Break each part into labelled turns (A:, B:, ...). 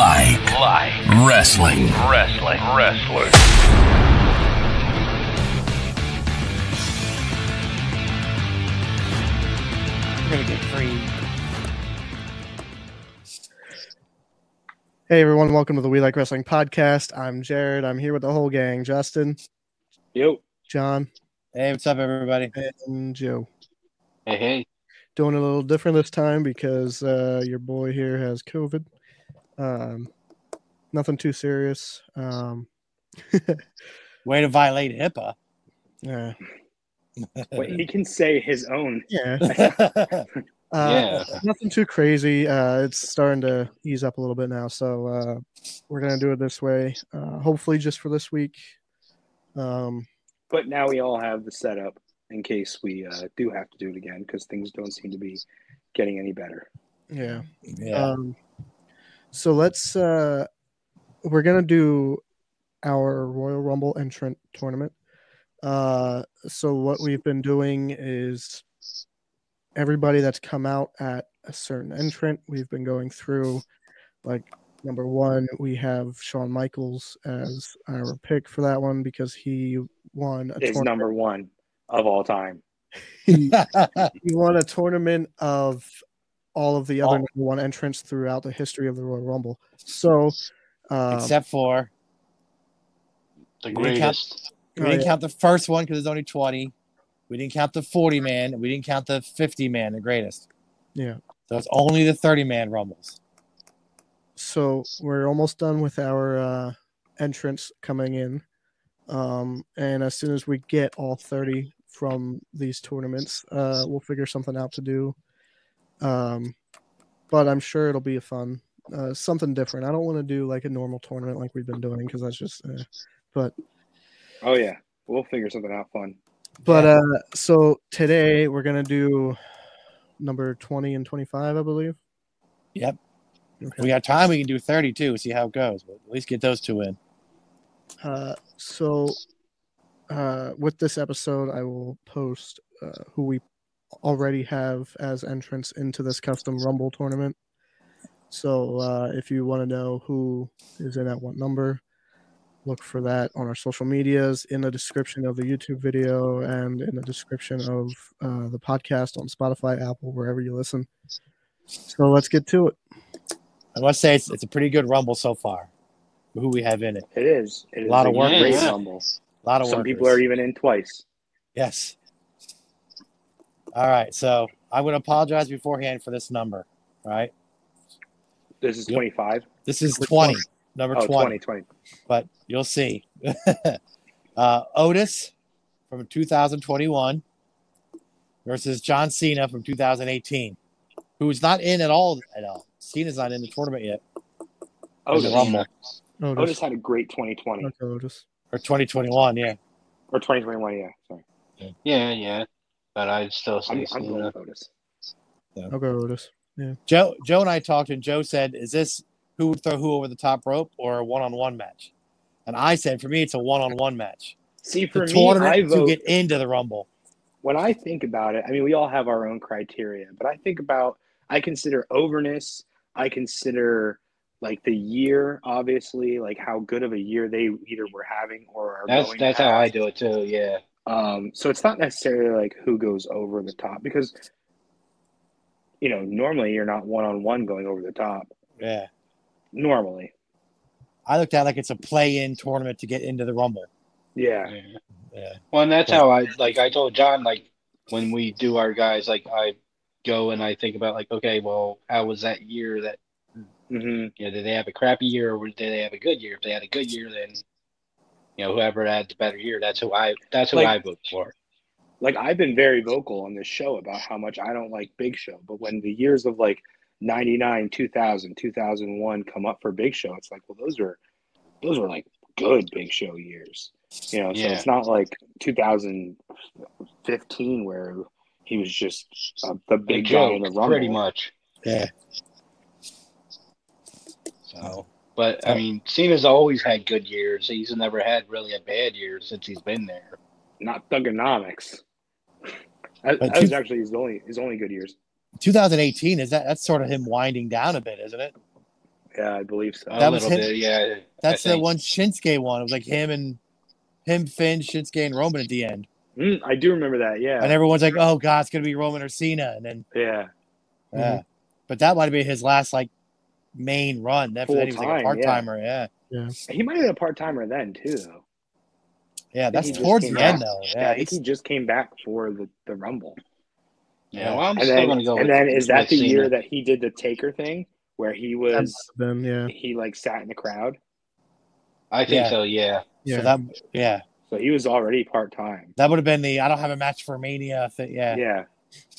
A: like
B: Like
A: wrestling.
B: wrestling, wrestling.
C: I'm gonna get free. Hey everyone, welcome to the We Like Wrestling podcast. I'm Jared. I'm here with the whole gang: Justin,
D: Yo.
C: John,
E: Hey, what's up, everybody?
C: and Joe.
D: Hey, hey.
C: Doing a little different this time because uh, your boy here has COVID. Um, nothing too serious. Um,
E: Way to violate HIPAA.
C: yeah,
D: Wait, he can say his own.
C: yeah.
E: That's
C: Uh, Nothing too crazy. Uh, it's starting to ease up a little bit now, so uh, we're gonna do it this way. Uh, hopefully, just for this week. Um,
D: But now we all have the setup in case we uh, do have to do it again because things don't seem to be getting any better.
C: yeah. Um, so let's. Uh, we're gonna do our Royal Rumble entrant tournament. Uh, so what we've been doing is everybody that's come out at a certain entrant, we've been going through. Like number one, we have Shawn Michaels as our pick for that one because he won a
D: Is
C: tournament.
D: number one of all time.
C: he, he won a tournament of all of the other
E: All-
C: number one entrants throughout the history of the Royal Rumble. So, um,
E: Except for
F: The
E: We didn't count-
F: greatest.
C: oh,
E: we didn't
C: yeah,
E: count the first one because there's only 20. We didn't count the 40 man. and We didn't count the 50 man, the greatest.
C: yeah.
E: So it's only the 30 man rumbles.
C: So we're almost done with our uh, entrants coming in, um, and as soon as we get all thirty from these tournaments, uh, we'll figure something out to do. Um, but I'm sure it'll be a fun, uh, something different. I don't want to do like a normal tournament like we've been doing because that's just. eh.
D: Oh, yeah. We'll figure something out fun.
C: But uh so today we're gonna do number twenty and twenty five, I believe.
E: Yep. If
C: Okay.
E: we got time, we can do 32, see how it goes. But at least get those two in.
C: Uh, so uh, with this episode, I will post uh, who we already have as entrants into this custom Rumble tournament. So uh, if you want to know who is in at what number, look for that on our social medias, in the description of the YouTube video, and in the description of uh, the podcast on Spotify, Apple, wherever you listen. So let's get to it.
E: I must say, it's, it's a pretty good rumble so far, who we have in it.
D: It is. It is
E: Lot of work.
D: great
F: Yeah.
D: rumble.
E: A lot of
D: Some
E: workers.
D: people are even in twice.
E: Yes. All right. So I would apologize beforehand for this number. All right.
D: This is
E: Yep.
D: 25.
E: This is
C: Which
E: 20,
C: one?
E: number
D: Oh,
E: 20,
D: 20, 20.
E: but you'll see. uh, Otis from 2021 versus John Cena from 2018, who's not in at all. At all. Cena's not in the tournament yet,
D: Oh,
E: the
D: Otis.
E: Rumble.
C: Otis.
D: Otis had a great 2020
C: Okay, Otis.
E: or 2021. Yeah.
D: or 2021. Yeah, sorry.
F: Yeah, yeah. But I'd still say
D: I'm, I'm
F: Cena.
D: going with Otis.
C: I'll go Otis.
E: Joe, Joe and I talked, and Joe said, Is this who would throw who over the top rope or a one on one match? And I said, For me, it's a one on one match.
D: See, for
E: the
D: me, I
E: tournament to
D: vote
E: get into the Rumble.
D: when I think about it, I mean, we all have our own criteria, but I think about, I consider overness, I consider like the year, obviously, like how good of a year they either were having or are
F: That's
D: going
F: that's
D: to have.
F: how I do it too. Yeah.
D: Um, so it's not necessarily like who goes over the top because, you know, normally you're not one on one going over the top.
E: Yeah.
D: Normally,
E: I looked at it like it's a play in tournament to get into the Rumble.
D: yeah,
F: yeah.
E: Yeah.
F: Well, and that's how I like. I told John like when we do our guys, like I go and I think about like, okay, well, how was that year? That
D: hmm
F: you know, did they have a crappy year or did they have a good year? If they had a good year, then you know, whoever had the better year, that's who I that's who
D: Like-
F: I vote for.
D: like I've been very vocal on this show about how much I don't like Big Show, but when the years of like 99, 2000, 2001 come up for Big Show, it's like, well, those are those were like good Big Show years. You know, so
F: Yeah.
D: it's not like 2015 where he was just uh, the big guy in the rumble.
F: pretty much.
E: Yeah.
F: So, but I mean, Cena's always had good years. He's never had really a bad year since he's been there.
D: Not Thugonomics. That,
E: But
D: that was
E: two-
D: actually his only his only good years.
E: 2018 is that that's sort of him winding down a bit, isn't it?
D: Yeah, I believe so.
F: A
E: That was
F: little
E: him-
F: bit, yeah. I
E: That's the
F: think.
E: one Shinsuke one. It was like him and him, Finn, Shinsuke, and Roman at the end.
D: Mm, I do remember that. Yeah.
E: And everyone's like, "Oh God, it's gonna be Roman or Cena." And then,
D: yeah. Mm-hmm.
E: yeah. but that might have been his last like main run. That's then he was like a
D: Full-time,
E: part
D: yeah.
E: timer. Yeah,
D: He might have been a part timer then too, though.
E: yeah. That's
D: he just
E: towards
D: came
E: the end
D: back.
E: though.
D: Yeah,
E: Yeah,
D: I think he just came back for the, the Rumble.
F: Yeah, well, I'm
D: and
F: still
D: then,
F: gonna go.
D: and
F: with-
D: then is that
F: with
D: the
F: Cena.
D: year that he did the Taker thing, where he
C: That
D: was
C: might have been, yeah,
D: he like sat in the crowd?
F: I think
E: Yeah.
F: so. Yeah,
C: yeah.
E: So that yeah,
D: So he was already part time.
E: that would have been the I don't have a match for Mania. Thing. Yeah.
D: Yeah.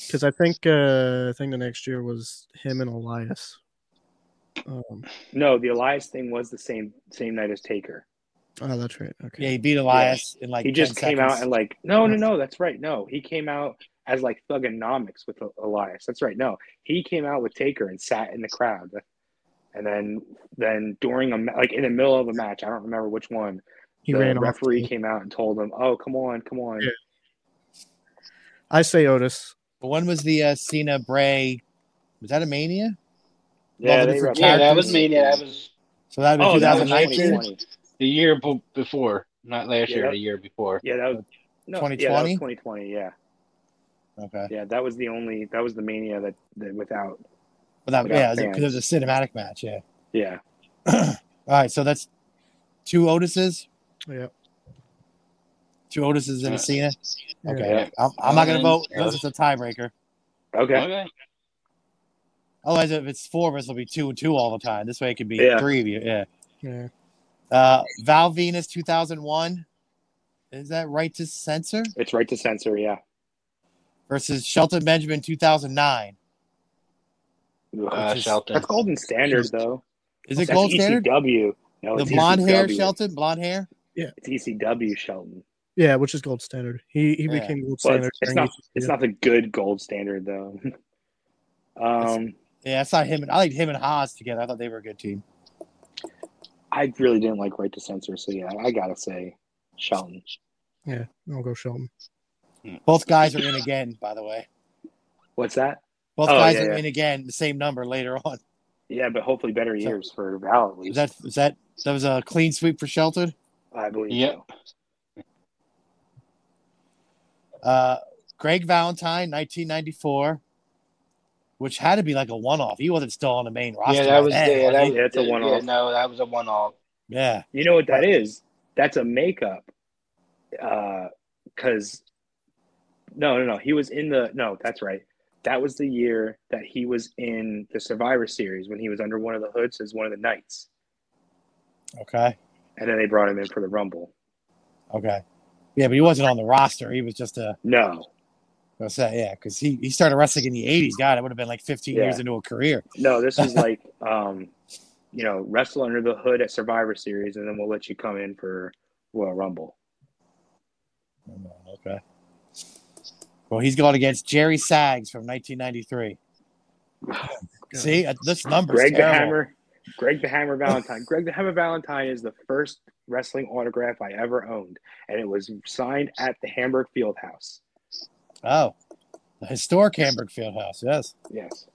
C: because I think uh, I think the next year was him and Elias. Um,
D: No, the Elias thing was the same same night as Taker.
C: oh, that's right. Okay.
E: yeah, he beat Elias in like
D: he just
E: 10
D: came out
E: seconds.
D: and like, no, no, no, that's right. No, he came out as like thugonomics with E-, Elias. That's right. No, he came out with Taker and sat in the crowd, and then then during a ma- like in the middle of a match, I don't remember which one.
C: he
D: the
C: ran off.
D: referee came out and told him, "Oh, come on, come on."
C: Yeah. I say Otis.
E: But when was the uh, Cena Bray? Was that a Mania?
D: Yeah, they
E: Well, the different
F: yeah, that
E: characters.
F: was me. Yeah, that was
E: So that would
D: Oh,
E: be
D: that was
E: 2019.
D: 2020.
F: the year b- before, not last
D: Yeah,
F: year,
D: that-
F: the year before.
D: Yeah, that was no,
E: 2020?
D: Yeah, that was 2020. Yeah,
E: Okay.
D: yeah, that was the only that was the mania that, that without.
E: But that,
D: Without
E: yeah,
D: fans.
E: because it was a cinematic match. Yeah.
D: Yeah,
E: All right, so that's two Otises,
C: Yeah.
E: two Otises and a
F: Uh,
E: Cena.
C: yeah.
E: Okay,
F: Yeah.
E: I'm, I'm not gonna
F: Roman,
E: vote
F: yeah.
E: unless it's a tiebreaker.
D: okay,
F: Okay.
E: Otherwise, if it's four of us, it'll be two and two all the time. This way, it could be
D: Yeah.
E: three of you. Yeah.
C: Yeah.
E: Uh, Val Venus, 2001. Is that right to censor
D: it's right to censor. Yeah,
E: versus Shelton Benjamin, 2009?
F: Uh,
E: Which is-
F: Shelton.
D: that's golden standard though.
E: Is it
D: That's
E: gold standard?
D: ECW. No,
E: The
D: it's
E: blonde
D: ECW.
E: hair, Shelton, blonde hair.
D: It's ECW Shelton.
C: Yeah, which is gold standard. He he
E: Yeah.
C: became gold
D: But
C: standard.
D: it's, it's
C: during
D: not.
C: ECW.
D: It's not the good gold standard though. um,
E: Yeah, I saw him and I liked him and Haas together. I thought they were a good team.
D: I really didn't like right to censor. So yeah, I gotta say Shelton.
C: I'll go Shelton.
E: Both guys are in again, by the way.
D: What's that?
E: Both
D: Oh,
E: guys
D: yeah,
E: are
D: yeah.
E: in again, the same number later on.
D: Yeah, but hopefully better
E: So-
D: years for Val at
E: Is
D: least.
E: that is that that was a clean sweep for Shelton?
D: I believe.
F: Yep.
D: so.
E: Uh, Greg Valentine, 1994, which had to be like a one-off. He wasn't still on the main roster.
F: Yeah, that was
E: by
F: the,
E: then,
F: yeah,
E: was
F: that
E: he?
F: was,
D: Yeah, it's a
F: yeah,
D: one-off.
F: no, that was a one-off.
E: yeah.
D: You know what that is? That's a makeup. Because no, no, no. He was in the no. That's right. That was the year that he was in the Survivor Series when he was under one of the hoods as one of the knights,
E: Okay.
D: and then they brought him in for the Rumble.
E: Okay. Yeah, but he wasn't on the roster. He was just a
D: No,
E: I was saying, yeah, because he, he started wrestling in the 80s. God, it would have been like 15
D: Yeah.
E: years into a career.
D: no. This is like, um, you know, wrestle under the hood at Survivor Series, and then we'll let you come in for Royal Rumble.
E: Okay. Well, he's going against Jerry Sags from 1993. See, uh, this number's
D: Greg the
E: terrible.
D: Hammer, Greg the Hammer Valentine. Greg the Hammer Valentine is the first wrestling autograph I ever owned, and it was signed at the Hamburg Fieldhouse.
E: Oh, the historic Hamburg Fieldhouse. Yes.
D: Yes.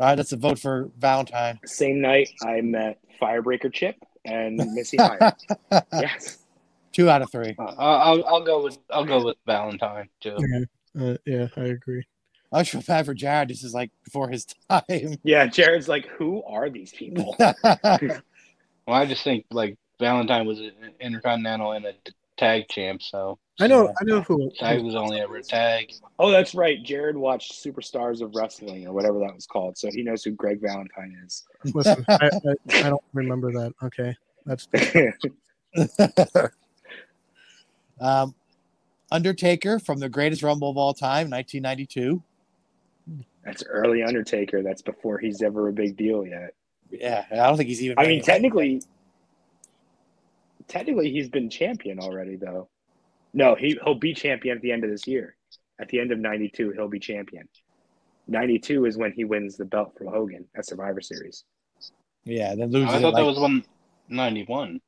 E: All right, that's a vote for Valentine.
D: Same night I met Firebreaker Chip and Missy Hyatt. yes.
E: Two out of three.
F: Uh, I'll, I'll go with I'll go with Valentine too.
C: Uh, yeah, I agree.
E: I feel bad for Jared. This is like before his time.
D: Yeah, Jared's like, who are these people?
F: Well, I just think like Valentine was an intercontinental and a t- tag champ, so
C: I know.
E: Yeah.
C: I
D: uh,
C: know who.
F: Tag was only ever a tag.
D: oh, that's right. Jared watched Superstars of Wrestling or whatever that was called, so he knows who Greg Valentine is.
C: Listen, I, I, I don't remember that. Okay, that's
E: um, Undertaker from the greatest Rumble of all time, 1992.
D: that's early Undertaker. That's before he's ever a big deal yet.
E: Yeah, I don't think he's even.
D: I mean, technically, technically he's been champion already, though. No, he he'll be champion at the end of this year. At the end of '92, he'll be champion. '92 is when he wins the belt from Hogan at Survivor Series.
E: Yeah, then
F: I
E: loses
F: thought
E: it, like-
F: that was one ninety one.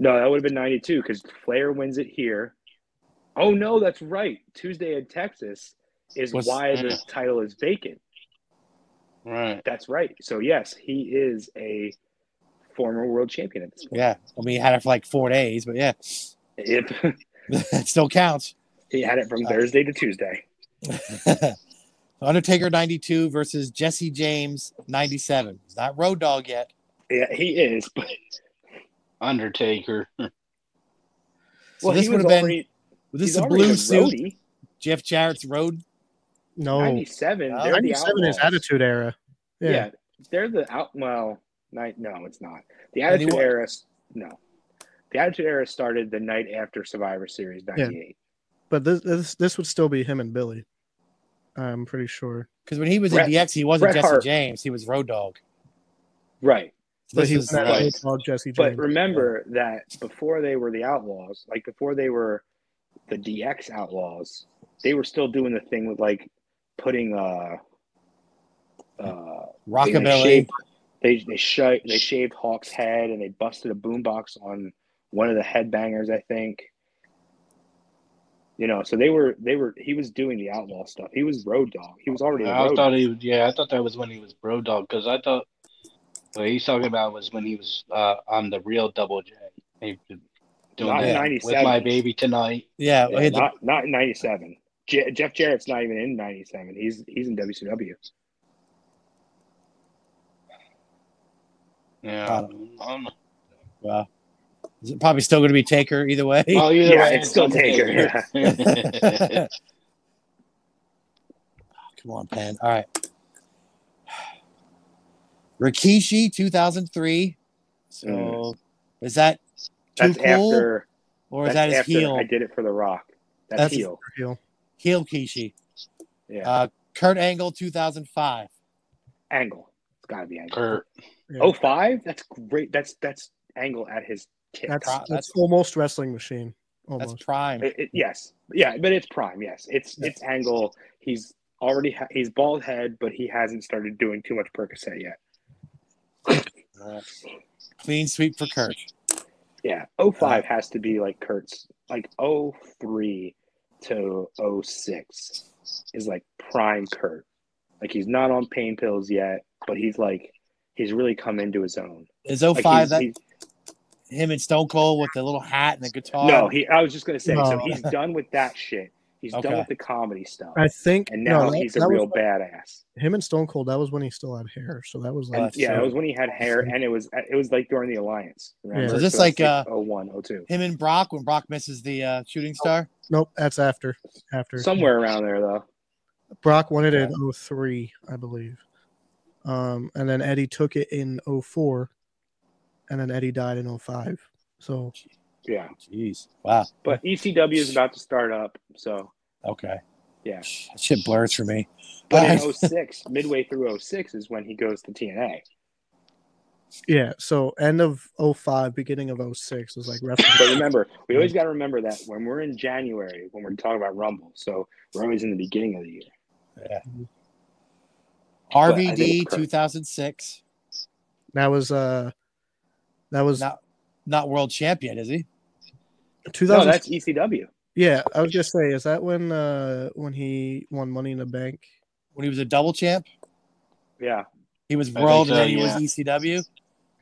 D: No, that would have been '92 because Flair wins it here. Oh no, that's right. Tuesday in Texas is
E: Was-
D: why the title is vacant.
F: Right.
D: That's right. So yes, he is a former world champion at this point.
E: Yeah. I mean, he had it for like four days, but yeah, Uh,
D: Yep.
E: it still counts.
D: he had it from Thursday to Tuesday.
E: Undertaker 92 versus Jesse James 97. He's not Road Dog yet.
D: Yeah, he is. But
F: Undertaker.
E: So this
D: he was
E: would have been
D: already-
E: this
D: he's
E: is a
D: already
E: blue
D: a
E: suit.
D: roadie.
E: Jeff Jarrett's Road.
C: No,
D: 97.
E: Oh.
D: they're the
C: 97 is
D: Outlaws.
C: Attitude Era.
D: Yeah.
C: Yeah.
D: they're the out. Well, night. No, it's not. The
E: And he
D: Attitude
E: won-
D: Era. s- No, the Attitude Era started the night after Survivor Series '98.
C: But this, this this would still be him and Billy. I'm pretty sure.
E: Because when he was
D: Bret-
E: in DX, he wasn't
D: Bret
E: Jesse
D: Hart.
E: James. He was Road Dog.
D: Right.
E: So
C: But
E: this
C: he
E: is
C: was not
F: right.
C: really called Jesse James. uh,
D: But remember that before they were the Outlaws, like before they were the DX Outlaws, they were still doing the thing with like putting uh uh they, like,
E: Rockabilly.
D: shaved- They they shaved they shaved Hawk's head and they busted a boombox on one of the headbangers, I think. You know, so they were they were he was doing the outlaw stuff. He was road dog. He was already a
F: I
D: road
F: thought
D: dog.
F: he was, yeah, I thought that was when he was Bro Dog because I thought what he's talking about was when he was uh, on the real Double J. He was doing
D: Not
E: in
F: that
D: 97.
F: with my baby tonight.
E: Yeah. he had the-
D: not not in ninety seven. Je- Jeff Jarrett's not even in ninety seven. He's he's in WCW.
F: Yeah. Um,
E: Got
F: I don't know.
E: well, it's uh, probably still going to be Taker either way.
F: Well, either
D: Yeah,
F: way,
D: it's still Taker,
F: Undertaker.
E: Come on, Penn. All right. Rikishi 2003. So
D: Mm.
E: is that too
D: That's
E: cool?
D: after
E: or is that
D: that's
E: his
D: after
E: heel?
D: I did it for the Rock. That's,
E: That's-
D: heel.
C: Heel.
E: Heel Kishi.
D: Yeah,
E: Uh, Kurt Angle 2005.
D: Angle. It's got to be Angle.
F: Kurt.
C: Yeah.
D: Oh five. That's great. That's that's Angle at his tip.
C: that's,
E: Pro-
C: that's
E: that's-
C: almost wrestling machine.
E: That's
C: Almost.
E: prime.
D: It- it- yes, yeah, but it's prime. Yes, it's
E: Yeah.
D: it's Angle. He's already ha- he's bald head, but he hasn't started doing too much Percocet yet.
E: Clean sweep for Kurt.
D: Yeah, 05 has to be like Kurt's like 03 to 06 is like prime Kurt. Like he's not on pain pills yet, but he's like he's really come into his own.
E: Is
C: Oh,
D: Like
E: 05
D: he's-
E: that
D: he's-
E: him and Stone Cold with the little hat and the guitar?
D: no, he. I was just gonna say. So
C: No.
D: he's done with that shit. He's
E: Okay.
D: done with the comedy stuff,
C: I think
D: and now
C: no, that-
D: he's a
C: that was
D: real
C: when-
D: badass.
C: him and Stone Cold. That was when he still had hair, so that was
E: Oh,
C: like
E: that's
D: yeah,
E: true.
D: it was when he had hair, and it was it was like during the alliance.
C: Yeah.
D: Remember?
C: So
E: just
D: it's
E: like, uh,
D: 01, 02.
E: Him and Brock when Brock misses the uh, shooting star.
C: nope. That's after after
D: somewhere around there though.
C: Brock won it in 03, I believe. Um, and then Eddie took it in 04, and then Eddie died in 05. So
D: Yeah,
E: Jeez. Wow.
D: but ECW is about to start up, so
E: Okay.
D: Yeah.
E: That shit blurs for me.
D: But
E: All
D: in 06, midway through 06 is when he goes to TNA.
C: yeah, so end of 05, beginning of 06 was like
D: But
C: wrestling.
D: remember, we always got to remember that when we're in January, when we're talking about Rumble, so we're always in the beginning of the year. I think
E: RVD
D: it's Kurt.
E: 2006.
C: that was uh, that was
E: Not not world champion, is he?
C: 2000.
D: No, that's E ECW.
C: yeah, I was just say, is that when uh when he won Money in the Bank?
E: When he was a double champ,
D: Yeah.
E: he was
F: think
E: world
F: so,
E: and then he
F: yeah.
E: was ECW
D: yeah.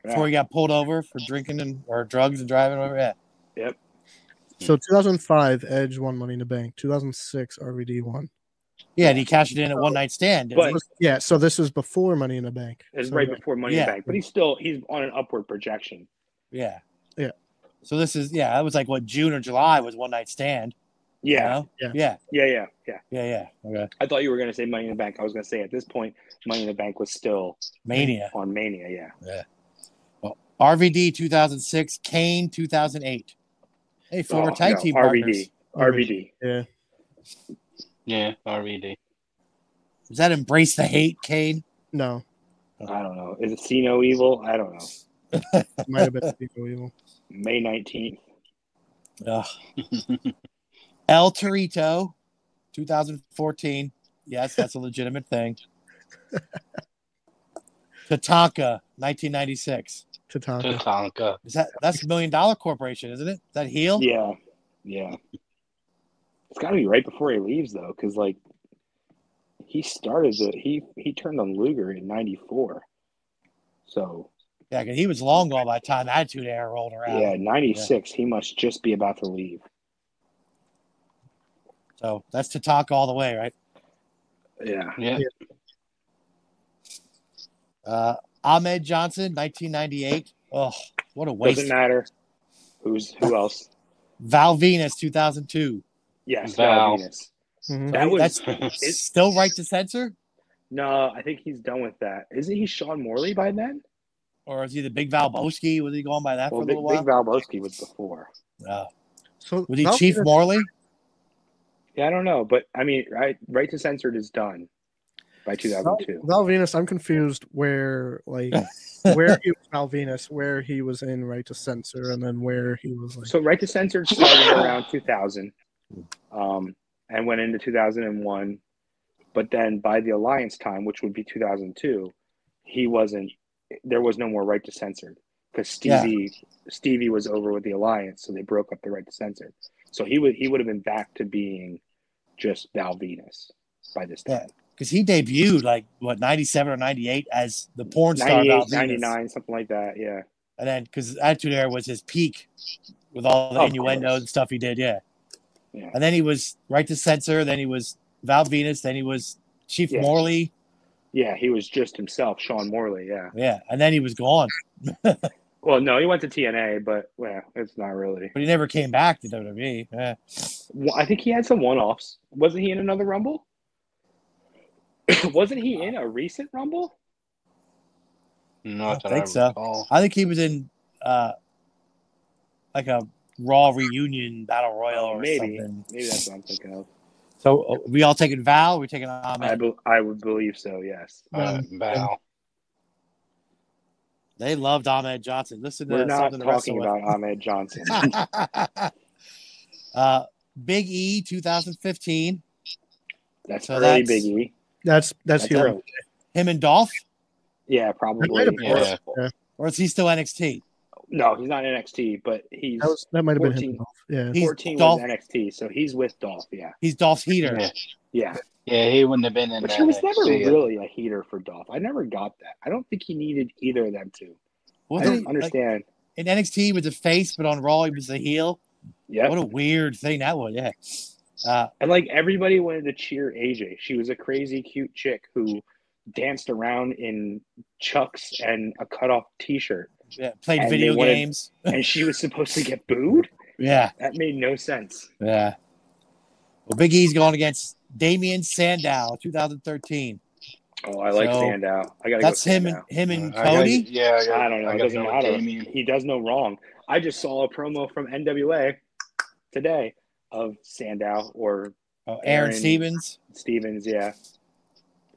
E: before he got pulled over for drinking and or drugs and driving over. Yeah.
C: So 2005, Edge won Money in the Bank. 2006, RVD won.
E: Yeah, and he cashed it in at one night stand.
D: But-
E: didn't he?
C: Yeah, so this was before Money in the Bank.
D: It's
C: So,
D: right
C: yeah.
D: before Money in
E: Yeah.
D: the Bank, but he's still he's on an upward projection.
E: yeah.
C: Yeah.
E: So this is yeah, that was like what June or July was one night stand. you
D: Yeah,
E: know?
C: Yeah.
E: Yeah.
D: yeah, yeah, yeah.
E: Yeah. Yeah. Okay.
D: I thought you were gonna say Money in the Bank. I was gonna say at this point, Money in the Bank was still
E: Mania.
D: on Mania. Yeah,
E: RVD 2006, Kane 2008. Hey, former
D: Oh,
E: tag
D: no,
E: team
D: RVD.
E: partners.
D: RVD.
C: Yeah.
F: Yeah, RVD.
E: Is that embrace the hate, Kane?
C: No,
D: I don't know. Is it See No Evil? I don't know.
C: it might have been Steve Evil.
D: May nineteenth.
E: Ugh. El Torito, 2014. Yes, that's a legitimate thing. Tatanka, 1996.
D: Uh,
C: Tatanka.
F: Tatanka.
E: Is that that's Million Dollar Corporation, isn't it? Is that heel?
D: Yeah, yeah. It's got to be right before he leaves though, because like he started the he he turned on Luger in '94. So
E: Yeah, 'cause he was long gone by the time Attitude Era rolled around.
D: yeah, '96. He must just be about to leave.
E: So that's Tatanka all the way, right?
D: Yeah,
F: Yeah.
E: Uh, Ahmed Johnson, 1998. Oh, what a
D: doesn't
E: waste.
D: matter. Who's who else?
E: Val Venus, 2002.
D: Yes,
F: Val.
D: Val Venus.
C: Mhm.
D: That was
E: That's still right to censor?
D: no. I think he's done with that. Isn't he Sean Morley by then?
E: Or is he the Big Val Bosky? Was he going by that for
D: Well,
E: a
D: Big,
E: little
D: Big
E: while?
D: Val Bosky was before.
E: Uh,
C: So
E: was he
C: Val
E: Chief
C: Venus-
E: Morley?
D: Yeah, I don't know, but I mean, right, right to censored is done by 2002.
C: Val Venus, I'm confused where like where he was Val Venus, where he was in Right to Censor, and then where he was like
D: So right to censored started around 2000, um, and went into 2001. But then by the alliance time, which would be 2002, he wasn't. There was no more right to censored because
E: Yeah.
D: Stevie Stevie was over with the alliance, so they broke up the right to censored. So he would he would have been back to being just Val Venus by this time.
E: Because he debuted like, what, 97 or 98 as the porn star Val
D: 98,
E: Venus.
D: 99, something like that. Yeah.
E: And then, because Attitude Era was his peak with all the
D: Of
E: innuendo
D: course.
E: and stuff he did, yeah.
D: Yeah.
E: And then he was Right to Censor, then he was Val Venus, then he was Chief
D: Yeah.
E: Morley,
D: Yeah, he was just himself, Sean Morley. Yeah.
E: yeah. And then he was gone,
D: Well, no, he went to TNA, but well, it's not really.
E: but he never came back to WWE. Yeah.
D: Well, I think he had some one-offs. Wasn't he in another Rumble? Wasn't he in a recent Rumble?
E: I
F: Not that I
E: think so.
F: recall.
E: I think he was in uh, like a Raw reunion battle royal
D: Oh,
E: or
D: maybe.
E: something.
D: Maybe that's what I'm thinking of.
E: So uh, we all taking Val, we taking
D: I,
E: Ahmed.
D: be- I would believe so. Yes.
F: Uh, Val.
E: They loved Ahmed Johnson. Listen to
D: We're not
E: something
D: talking
E: to
D: about Ahmed Johnson.
E: wrestle with. uh, Big E, 2015.
D: That's
E: So
D: early
E: that's-
D: Biggie.
C: that's that's,
E: That's
C: hero.
D: early.
E: Him and Dolph,
D: Yeah, probably.
C: It might have been
D: Or-
F: Yeah.
E: or is he still NXT?
D: No, he's not NXT, but he's
C: that, was, that might have been him.
D: 14.
C: Yeah.
E: He's
D: 14
E: Dolph.
D: was NXT, so he's with Dolph. Yeah,
E: He's Dolph's heater.
F: Yeah.
D: yeah.
F: yeah, he wouldn't have been in
D: But
F: that.
D: he was never
F: NXT.
D: really a heater for Dolph. I never got that. I don't think he needed either of them to. I
E: Wasn't he,
D: don't
E: like,
D: understand.
E: in NXT, he was a face, but on Raw, he was a heel.
D: Yeah.
E: What a weird thing that was. Yeah. Uh,
D: And like everybody wanted to cheer AJ. She was a crazy cute chick who danced around in chucks and a cut off t shirt.
E: yeah, played
D: And they
E: video
D: wanted-
E: games.
D: And she was supposed to get booed?
E: Yeah.
D: That made no sense.
E: Yeah. Well, Big E's going against Damian Sandow, 2013.
D: Oh, I like
E: So,
D: Sandow. I gotta
E: That's
D: go
E: him and
D: Sandow. Uh,
E: him and
F: I gotta-
E: Cody.
F: yeah, I, gotta,
D: I don't know.
F: I
D: It
F: gotta
D: doesn't
F: go with
D: matter.
F: Damien.
D: He does no wrong. I just saw a promo from NWA today of Sandow or
E: Oh, Aaron
D: Aaron.
E: Stevens.
D: Stevens, yeah.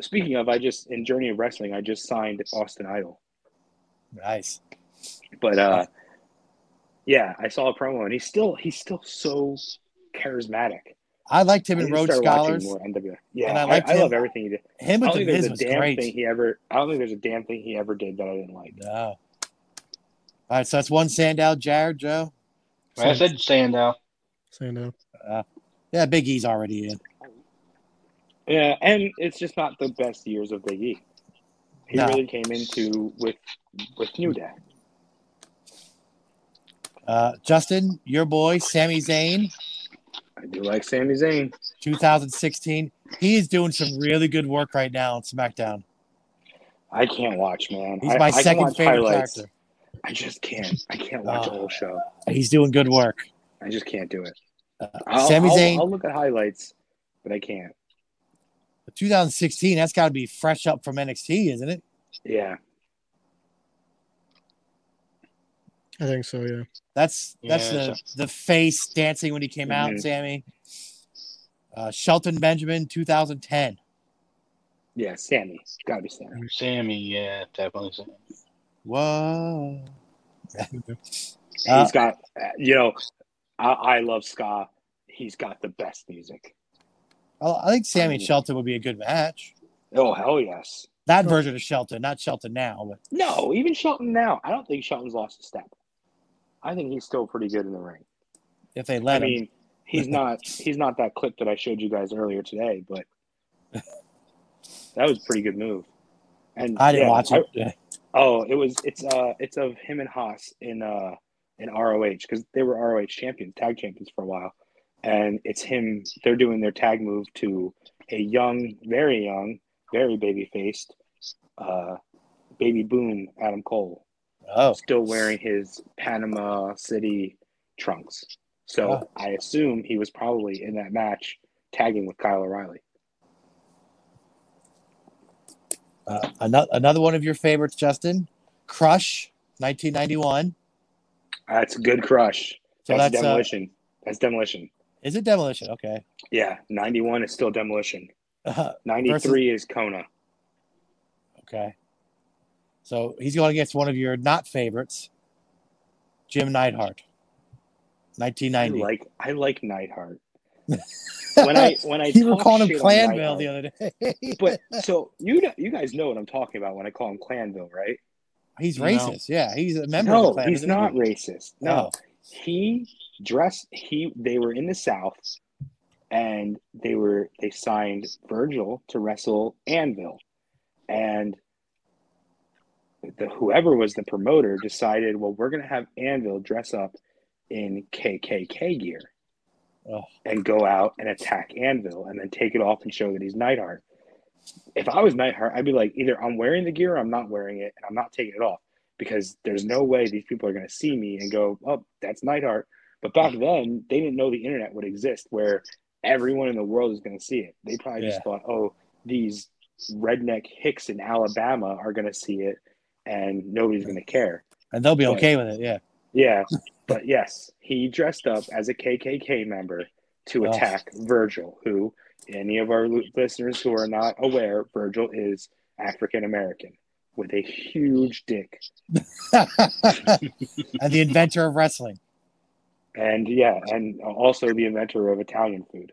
D: Speaking of, I just in Journey of Wrestling, I just signed Austin Idol.
E: Nice.
D: But uh yeah, I saw a promo and he's still he's still so charismatic.
E: I liked him
D: I
E: in
D: need to
E: Road
D: start watching
E: Scholars.
D: more NWA. Yeah,
E: And I
D: I,
E: liked
D: I love
E: him.
D: everything he did.
E: Him
D: I
E: with
D: don't
E: the
D: think there's
E: Miz
D: a
E: was
D: damn
E: great.
D: thing he ever I don't think there's a damn thing he ever did that I didn't like.
E: No. All right, so that's one Sandow, Jared, Joe.
F: I said Sandow.
C: Sandow.
E: Yeah, Big E's already in.
D: Yeah, and it's just not the best years of Big E. He
E: No.
D: really came into with with New Day.
E: Uh, Justin, your boy, Sami Zayn,
D: I do like Sami Zayn.
E: 2016. He is doing some really good work right now on SmackDown.
D: I can't watch, man.
E: He's
D: I-
E: my
D: I can
E: second
D: watch
E: favorite
D: highlights.
E: character.
D: I just can't. I can't watch
E: Ah.
D: a whole show.
E: He's doing good work.
D: I just can't do it.
E: Uh,
D: I'll,
E: Sami
D: I'll-
E: Zayn.
D: I'll, look at highlights, but I can't.
E: 2016, that's got to be fresh up from NXT, isn't it?
D: Yeah.
C: I think so. Yeah.
E: That's that's
F: Yeah,
E: the the face dancing when he came out,
D: Mhm.
E: Sammy. Uh, Shelton Benjamin, 2010.
D: Yeah. Sammy. It's gotta be Sammy.
F: Sammy, yeah, definitely. Sammy.
E: Whoa. Uh,
D: He's got, uh, you know, I, I love Ska. He's got the best music.
E: I I think Sammy and Shelton would be a good match.
D: Oh, hell yes.
E: That version of Shelton, not Shelton now, but
D: No, even Shelton now. I don't think Shelton's lost a step. I think he's still pretty good in the ring.
E: if they
D: I
E: let him.
D: mean, he's not he's not that clip that I showed you guys earlier today, but That was a pretty good move. And
E: I didn't
D: yeah,
E: watch
D: I-
E: it.
D: oh, it was it's uh it's of him and Haas in uh in ROH because they were ROH champions, tag champions for a while, and it's him. They're doing their tag move to a young, very young, very baby faced, uh, baby boom Adam Cole,
E: oh,
D: still wearing his Panama City trunks. So
E: Oh.
D: I assume he was probably in that match tagging with Kyle O'Reilly.
E: uh, another another one of your favorites, Justin. Crush, 1991.
D: That's a good crush.
E: So
D: that's,
E: that's, uh,
D: demolition. that's demolition.
E: Is it demolition? Okay.
D: Yeah, ninety one is still demolition.
E: Uh,
D: 93 is Kona.
E: okay. So he's going against one of your not favorites, Jim Neidhart,
D: I
E: 1990.
D: like I like Neidhart. When I when I
E: you were
D: talk
E: calling him
D: shit on
E: Clanville
D: Neidhart-
E: the other day.
D: but so you know- you guys know what I'm talking about when I call him Clanville, right?
E: he's
F: No.
E: racist. Yeah, he's a member of
D: no,
E: the Klan,
D: he's
E: isn't he?
D: not racist. No,
E: Oh,
D: he dressed he they were in the south and they were they signed virgil to wrestle anvil and the whoever was the promoter decided well we're going to have anvil dress up in kkk gear
E: Oh.
D: and go out and attack anvil and then take it off and show that he's nightheart if i was nightheart i'd be like either i'm wearing the gear or i'm not wearing it and i'm not taking it off because there's no way these people are going to see me and go, oh, that's Neidhart. But back then, they didn't know the internet would exist where everyone in the world is going to see it. They probably
E: Yeah.
D: just thought, oh, these redneck hicks in Alabama are going to see it and nobody's going to care.
E: and they'll be
D: But-
E: okay with it. Yeah.
D: Yeah. But yes, he dressed up as a KKK member to
E: Oh.
D: attack Virgil, who, any of our lo- listeners who are not aware, Virgil is African American with a huge dick.
E: and the inventor of wrestling.
D: And yeah, and also the inventor of Italian food.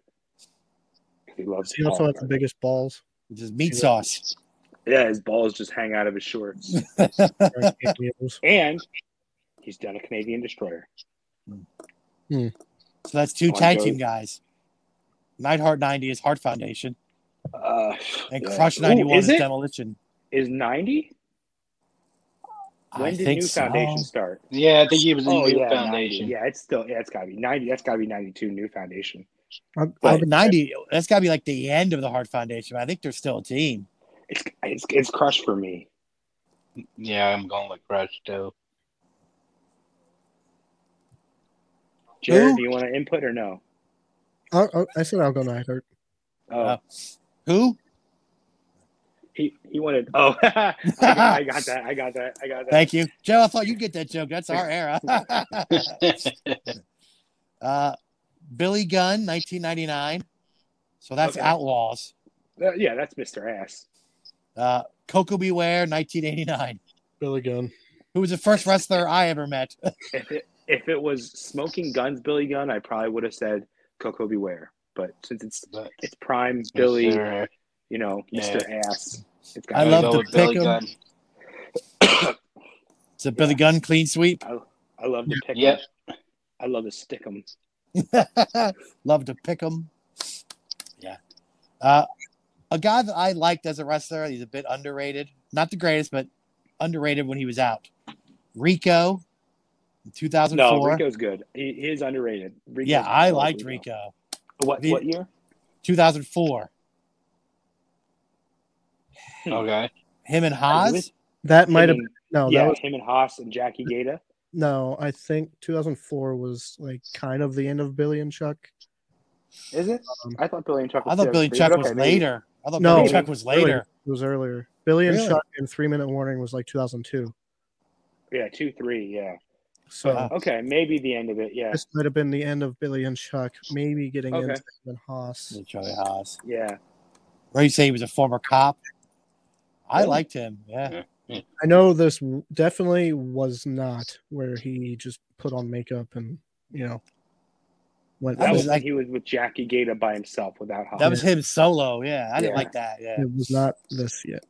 D: He loves.
C: He also
D: Paul
C: has the
D: Ryan.
C: biggest balls.
E: which is meat sauce.
D: Yeah, his balls just hang out of his shorts,
C: during camp meals.
D: and he's done a Canadian destroyer.
E: So that's two
D: Come on,
E: tag
D: Joey.
E: team guys. Neidhart 90 is Heart Foundation,
D: Uh,
E: and
D: yeah.
E: Crush
D: Ooh,
E: 91
D: is
E: is
D: it?
E: Demolition.
D: Is ninety? When
E: I
D: did
E: think
D: New
E: so.
D: Foundation start?
F: Yeah, I think he was in
D: Oh
F: New
D: yeah, 90.
F: Foundation.
D: Yeah, it's still yeah, it's gotta be ninety. That's gotta be ninety-two. New Foundation.
C: I'll-
E: But
C: I'll-
E: 90, that's got to be like the end of the Heart Foundation. but I think they're still a team.
D: It's it's, it's Crush for me.
F: Yeah. I'm going with Crush too.
D: Jared,
E: Who?
D: do you want to input or no?
C: I'll- I'll- I said I'll go Neidhart.
D: Oh,
E: Uh, Who?
D: he he wanted. Oh, I, got, I got that. I got that. I got that.
E: Thank you. Joe, I thought you'd get that joke. That's our era. uh, Billy Gunn, 1999. So that's
D: Okay.
E: Outlaws.
D: Uh, yeah, that's Mr. Ass.
E: Uh, Coco Beware, 1989.
C: Billy Gunn.
E: Who was the first wrestler I ever met?
D: if it if it was smoking guns Billy Gunn, I probably would have said Coco Beware. But since it's
F: But-
D: it's prime Billy,
F: Sure.
D: you know,
F: Yeah.
D: Mr. Ass. It's got
F: Gotta
E: I love
F: go
E: the
F: with Billy
E: pick 'em.
F: Gunn.
E: It's a Billy Gunn clean sweep.
D: I love to pick 'em.
F: Yep.
D: I love to stick 'em.
E: Love to pick him. Yeah. Uh, a guy that I liked as a wrestler, he's a bit underrated. Not the greatest, but underrated when he was out. Rico, in
D: No,
E: 2004.
D: Rico's good. He, he is underrated. Rico's
E: yeah, I
D: love
E: liked Rico.
D: What
E: The-
D: what year?
E: 2004.
F: Okay.
E: Him and Haas.
D: Really?
C: That might have
D: Him and-
C: no.
D: yeah,
C: That was
D: him and Haas and Jackie Gata.
C: no. I think 2004 was like kind of the end of Billy and Chuck.
D: Is it?
C: Um,
D: I thought Billy and Chuck.
E: I thought Billy
D: Chuck
E: Chuck was later. I thought
C: No,
E: Billy Chuck was
C: earlier.
E: later.
C: It was earlier. Billy and
E: Really?
C: Chuck and Three Minute Warning was like 2002.
D: Yeah, two three. Yeah.
C: So
E: Wow.
D: Okay, maybe the end of it. Yeah,
C: this might have been the end of Billy and Chuck. Maybe getting
D: Okay.
C: into and Haas.
E: Billy Charlie Haas.
D: yeah.
E: Where you say he was a former cop. I
D: Really?
E: liked him. Yeah.
C: I know this w- definitely was not where he just put on makeup and you know went.
E: That
D: That
E: was
D: was when
E: like-
D: he was with Jackie Gata by himself without Haas.
E: That was him solo. Yeah. I didn't
D: Oh, Yeah.
E: like that. Yeah.
C: it was not this yet.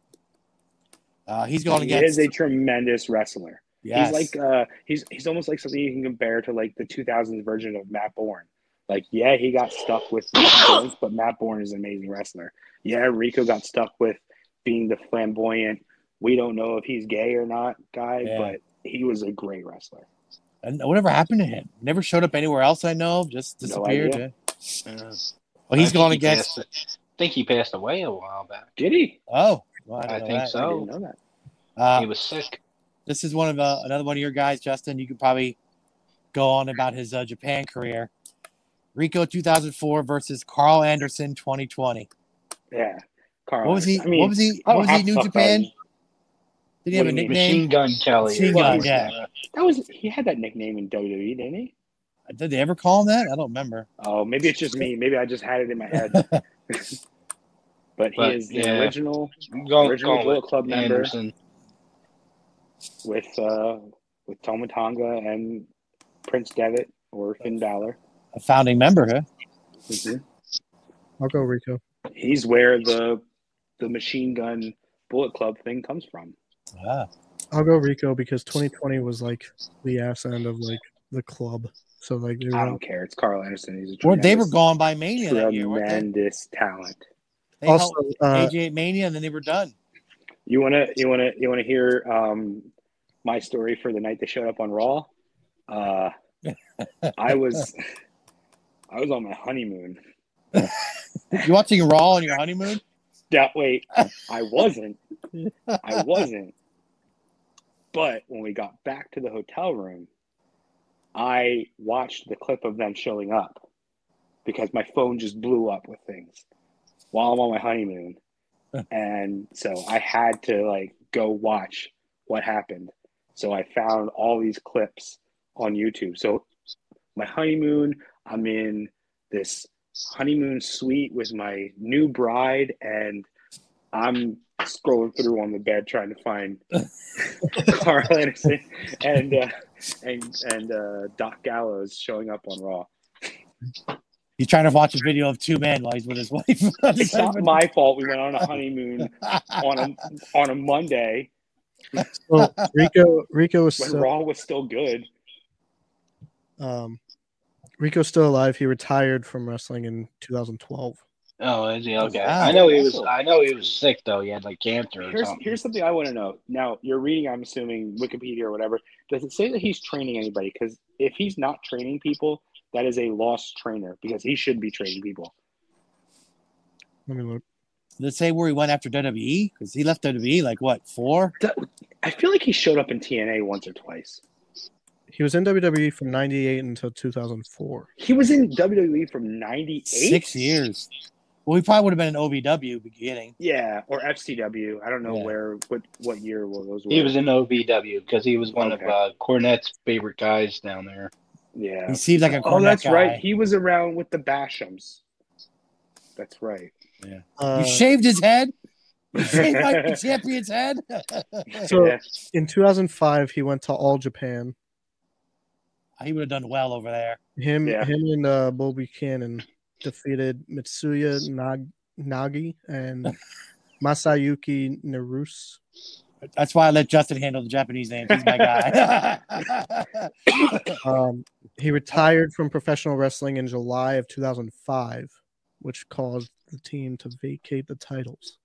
E: Uh, he's going
D: he
E: against.
D: is a tremendous wrestler.
E: yes.
D: He's like uh, he's he's almost like something you can compare to like the 2000s version of Matt Bourne, Like, yeah, he got stuck with things, but Matt Bourne is an amazing wrestler. Yeah, Rico got stuck with being the flamboyant, we don't know if he's gay or not guy,
E: Yeah.
D: but he was a great wrestler.
E: And whatever happened to him? Never showed up anywhere else I know. of, Just
D: No
E: disappeared.
D: idea.
F: Uh,
E: well, he's
F: I think
E: going
F: he
E: against.
F: passed- I think he passed away a while back.
D: Did he?
E: Oh, well, I,
F: I
E: think
F: think
E: so.
F: so.
D: I didn't know that.
E: Uh,
F: he was sick.
E: this is one of uh, another one of your guys, Justin. You could probably go on about his uh, Japan career. Rico 2004 versus Carl Anderson 2020.
D: Yeah. Carl
E: What was he?
D: Anderson. I mean,
E: what was he?
D: I
E: What
D: don't
E: was he?
D: have
E: New
D: stuff
E: Japan?
D: about
E: Did he
D: What
E: have a
D: do you mean?
E: nickname?
F: Machine Gun Kelly. uh,
E: Machine
D: Gun,
E: yeah.
D: That was he had that nickname in WWE, didn't he?
E: Did they ever call him that? I don't remember.
D: Oh, maybe it's just me. Maybe I just had it in my head. but he
F: But,
D: is the
F: yeah.
D: original
F: I'm going,
D: Original
F: going
D: Bullet
F: with
D: Club member.
F: Anderson.
D: with uh with Toma Tonga and Prince Devitt or Finn Balor.
E: A founding member, huh? Mm-hmm.
C: I'll go Rico.
D: He's where the the machine gun bullet club thing comes from.
E: Ah,
C: I'll go Rico because 2020 was like the ass end of like the club. So like they
D: I
C: were,
D: don't care. It's Carl Anderson. He's a
E: or Mm-hmm. they were
D: tremendous,
E: gone by Mania that year, weren't they?
D: tremendous talent.
E: They
C: also
E: helped
C: uh,
E: AJ at Mania, and then they were done.
D: You wanna you wanna you wanna hear um my story for the night they showed up on Raw? Uh I was I was on my honeymoon.
E: You watching Raw on your honeymoon?
D: That wait, I wasn't. I wasn't. But when we got back to the hotel room, I watched the clip of them showing up because my phone just blew up with things while I'm on my honeymoon. And so I had to like go watch what happened. So I found all these clips on YouTube. So my honeymoon, I'm in this honeymoon suite with my new bride and I'm scrolling through on the bed trying to find Carl Anderson and uh, and and uh, Doc Gallows showing up on Raw.
E: He's trying to watch a video of two men while he's with his wife.
D: It's not my fault. We went on a honeymoon on a on a Monday
C: well, Rico Rico is
D: when
C: still,
D: Raw was still good.
C: um, Rico's still alive. He retired from wrestling in 2012.
F: Oh, is he okay?
E: Wow.
F: I know he was. I know he was sick though. He had like cancer or
D: Here's
F: something.
D: here's something I want to know. Now you're reading, I'm assuming Wikipedia or whatever. Does it say that he's training anybody? Because if he's not training people, that is a lost trainer because he should be training people.
C: Let me look.
E: Let's say where he went after WWE because he left WWE like what four?
D: I feel like he showed up in TNA once or twice.
C: He was in WWE from 98 until 2004.
D: He was in WWE from '98,
E: Six years. Well, he probably would have been an OVW beginning.
D: Yeah, or FCW. I don't know
E: Yeah.
D: where what what year were those. Were.
F: He was in OVW because he was one
D: Okay.
F: of uh, Cornette's favorite guys down there.
D: yeah.
E: He seems like a
D: Oh,
E: Cornette
D: that's
E: guy.
D: right. He was around with the Bashams. That's right.
C: Uh,
E: You shaved his head. You shaved Mike the Champion's head.
C: So-
D: Yeah.
C: in 2005, he went to All Japan.
E: he would have done well over there.
C: Him,
D: Yeah.
C: him, and uh, Bull Buchanan defeated Mitsuya Nag- Nagi and Masayuki Naruse.
E: That's why I let Justin handle the Japanese names. He's my guy.
C: Um, he retired from professional wrestling in July of 2005, which caused the team to vacate the titles.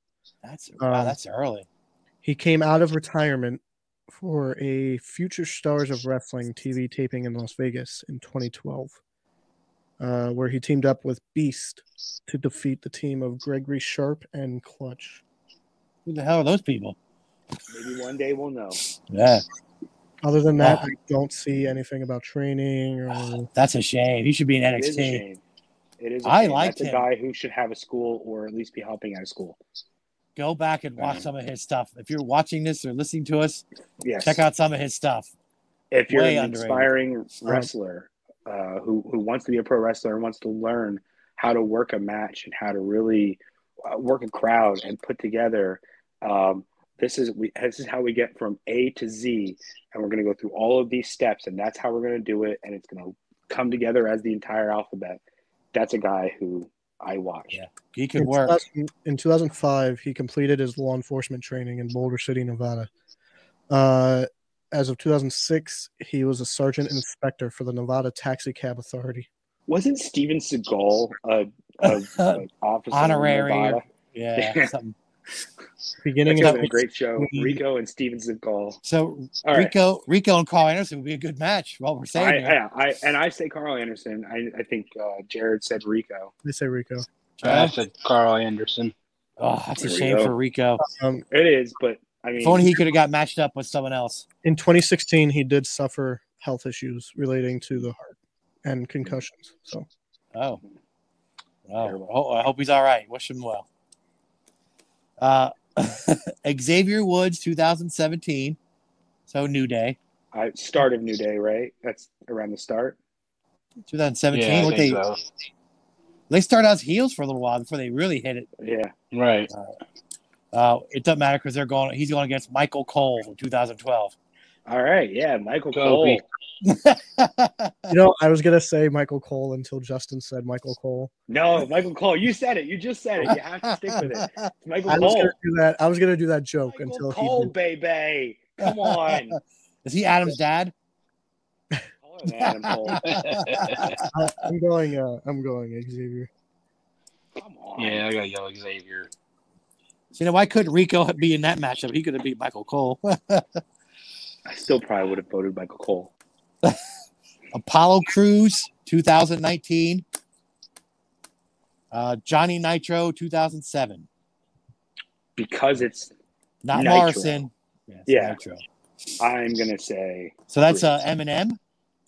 E: that's wow,
C: Um,
E: that's early.
C: He came out of retirement for a Future Stars of Wrestling TV taping in Las Vegas in 2012, uh, where he teamed up with Beast to defeat the team of Gregory Sharp and Clutch.
E: Who the hell are those people?
D: Maybe one day we'll know.
E: Yeah,
C: Other than that,
E: Wow. Ah,
C: I don't see anything about training or
E: that's a shame. He should be in
D: It is a
E: NXT.
D: shame. It is. A
E: I
D: shame.
E: liked
D: That's
E: him.
D: a guy who should have a school or at least be helping out of school.
E: Go back and watch
D: Mhm.
E: some of his stuff. If you're watching this or listening to us,
D: Yes.
E: check out some of his stuff.
D: if you're
E: way
D: an
E: underrated.
D: inspiring wrestler uh, who who wants to be a pro wrestler and wants to learn how to work a match and how to really uh, work a crowd and put together, um, this is we this is how we get from A to Z, and we're going to go through all of these steps, and that's how we're going to do it, and it's going to come together as the entire alphabet. That's a guy who I watched.
E: Yeah. He could
C: in,
E: work.
C: 2000 in 2005 he completed his law enforcement training in boulder city nevada uh, as of 2006 he was a sergeant inspector for the nevada taxi cab authority
D: Wasn't Steven Seagal a, a like, officer? in
E: Honorary.
D: Nevada?
E: Yeah. something.
D: That
C: Beginning
D: could
C: of
D: have been a great show. Rico and Steven Seagal.
E: So
D: All right.
E: Rico, Rico and Carl Anderson would be a good match. While we're
D: I,
E: saying,
D: yeah, I, and I say Carl Anderson. I, I think uh, Jared said Rico.
C: they say Rico.
F: I said Carl Anderson.
E: oh, that's a
D: There we
E: shame
D: go.
E: for Rico.
C: Um,
D: It is, but I mean,
E: If only he could have got matched up with someone else.
C: in 2016, he did suffer health issues relating to the heart and concussions. So
E: Oh. Oh,
D: Terrible.
E: oh, I hope he's all right. Wish him well. Uh, Xavier Woods, 2017. So New Day,
D: I, start of New Day, right? That's around the start.
E: 2017.
F: yeah, I
E: what they
F: think so.
E: they start out as heels for a little while before they really hit it.
D: Yeah,
F: Right.
E: Uh, it doesn't matter because they're going. He's going against Michael Cole from 2012.
D: All right, yeah, Michael
F: Kobe.
D: Cole.
C: you know, I was gonna say Michael Cole until Justin said Michael Cole.
D: No, Michael Cole. You said it. You just said it. You have to stick with it. It's Michael
C: I was
D: Cole.
C: gonna do that. I was gonna do that joke
D: Michael
C: until
D: Cole,
C: he. Did.
D: baby. Come on.
E: Is he Adam's dad?
D: Call him Adam Cole.
C: I, I'm going. Uh, I'm going Xavier.
D: Come on.
F: yeah, I got yellow Xavier.
E: So, you know, why couldn't Rico be in that matchup? He could have beat Michael Cole.
D: I still probably would have voted Michael Cole.
E: Apollo Cruz, 2019. Uh, Johnny Nitro, 2007.
D: Because it's
E: Not
D: Nitro.
E: Morrison. Yes,
D: Yeah.
E: Nitro.
D: I'm gonna say
E: So that's uh, Eminem,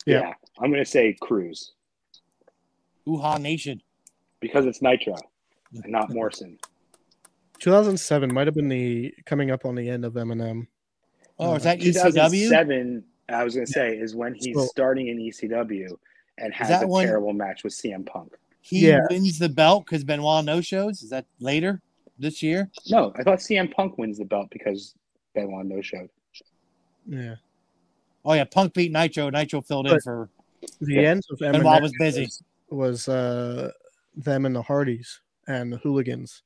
D: yeah.
C: Yeah.
D: I'm gonna say Cruz.
E: Ooh Ha Nation.
D: Because it's Nitro and not Morrison.
C: 2007 might have been the coming up on the end of Eminem.
E: Oh, is that ECW?
D: 2007, I was gonna say, is when he's
C: So-
D: starting in ECW and has
E: that
D: a
E: one-
D: terrible match with CM Punk.
E: He
C: Yeah.
E: wins the belt because Benoit no shows. Is that later this year?
D: No, I thought CM Punk wins the belt because Benoit no showed.
C: Yeah,
E: Oh, yeah. Punk beat Nitro. Nitro filled in
C: But-
E: for.
C: the
D: Yeah.
C: end of Eminem
E: Benoit was busy.
C: was, was, uh, them and the Hardys and the Hooligans.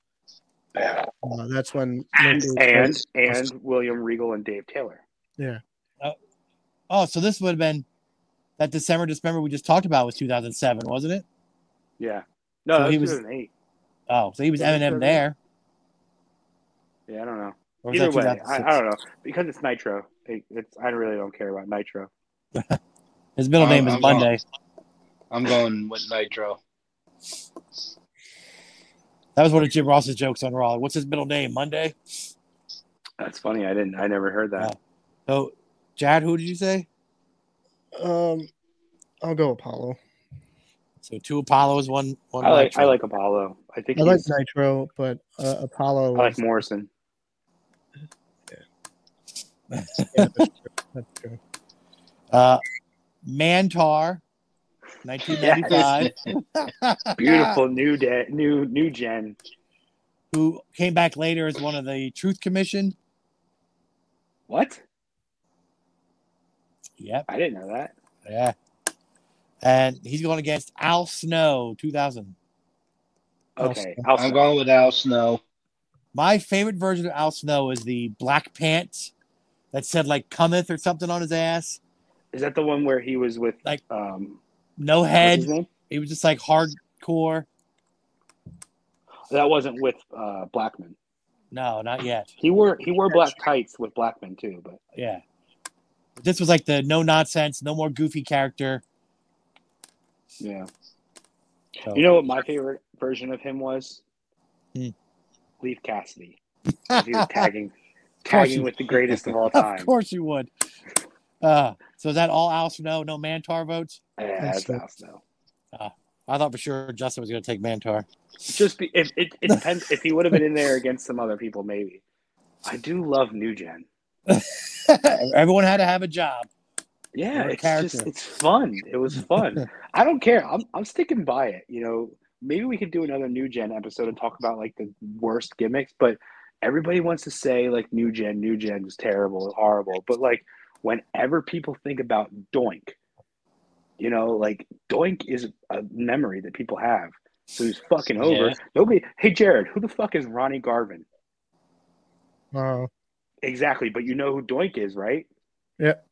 C: Uh, that's when
D: And
C: Mercury
D: and,
C: was-
D: and William Regal and Dave Taylor.
E: Oh, so this would have been that December, December we just talked about was 2007, wasn't it?
D: Yeah. No,
E: So
D: that
E: he
D: was
E: was-
D: 2008.
E: Oh, so he was Eminem there.
D: Yeah, I don't know.
E: Or was
D: Either
E: that
D: way, I,
E: 2006?
D: I don't know because it's Nitro. It, it's I really don't care about Nitro.
E: His middle
F: I'm-
E: name is
F: I'm
E: Monday.
F: I'm going with Nitro.
E: That was one of Jim Ross's jokes on Raw. What's his middle name? Monday.
D: That's funny. I didn't. I never heard that.
E: So, Jad, who did you say?
C: Um, I'll go Apollo.
E: So two Apollos, one one.
D: I like.
E: Nitro.
D: I like Apollo. I think.
C: I like
D: he's-
C: Nitro, but uh, Apollo.
D: I like
C: is-
D: Morrison.
C: yeah, that's true. That's true.
E: uh, Mantar, nineteen ninety five.
D: Beautiful new day. New new gen.
E: Who came back later as one of the Truth Commission?
D: What?
E: Yep.
D: I didn't know that.
E: Yeah. And he's going against Al Snow, two thousand.
D: Okay.
F: I'm going with Al Snow.
E: My favorite version of Al Snow is the black pants that said like "cometh" or something on his ass.
D: Is that the one where he was with
E: Like-
D: um
E: No
D: what's
E: head.
D: his name?
E: He was just like hardcore.
D: That wasn't with uh Blackman.
E: No, not yet.
D: He wore he wore black tights with Blackman too, but
E: Yeah. This was like the no nonsense, no more goofy character.
D: yeah.
E: So-
D: You know what my favorite version of him was?
E: Hmm.
D: Leaf Cassidy. He was tagging tagging with the greatest of all
E: of
D: time.
E: course you would. Uh, so is that all Al Snow, no Mantar votes?
D: Yeah,
C: That's
D: that's
C: right.
D: Al Snow.
E: I thought for sure Justin was going to take Mantar.
D: Just be, if it, it depends if he would have been in there against some other people, maybe. I do love New Gen.
E: Everyone had to have a job.
D: Yeah,
E: What a
D: it's just
E: character.
D: it's fun. It was fun. I don't care. I'm I'm sticking by it. You know, maybe we could do another New Gen episode and talk about like the worst gimmicks, but everybody wants to say like New Gen, New Gen was terrible, horrible. But like whenever people think about Doink, you know, like Doink is a memory that people have. So he's fucking over.
F: Yeah.
D: Nobody. Hey Jared, who the fuck is Ronnie Garvin?
C: Wow.
D: Exactly, but you know who Doink is, right?
C: Yep.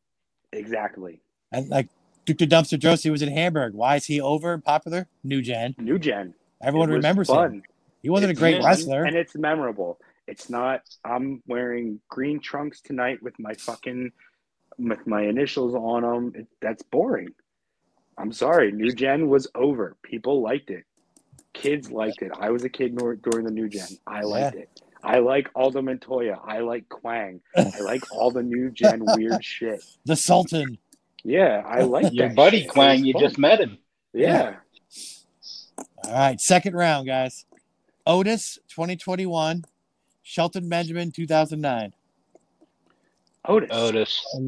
D: Exactly.
E: And like Dr. Dumpster Josie was in Hamburg. Why is he over and popular? New Gen.
D: New Gen.
E: Everyone
D: It was
E: remembers him.
D: fun.
E: He wasn't
D: It's
E: a great
D: fun,
E: wrestler.
D: and it's memorable. It's not. I'm wearing green trunks tonight with my fucking with my initials on them. It, that's boring. I'm sorry. New Gen was over. People liked it. Kids liked it. I was a kid nor, during the New Gen. I liked it. I like Aldo Montoya. I like Quang. I like all the New Gen weird shit.
E: the Sultan.
D: Yeah, I like
F: Your
D: that
F: buddy
D: shit. It
F: Quang,
D: was
F: you
D: fun.
F: just met him.
D: yeah.
E: All right, second round, guys. Otis, 2021. Shelton Benjamin, 2009.
D: Otis,
F: Otis.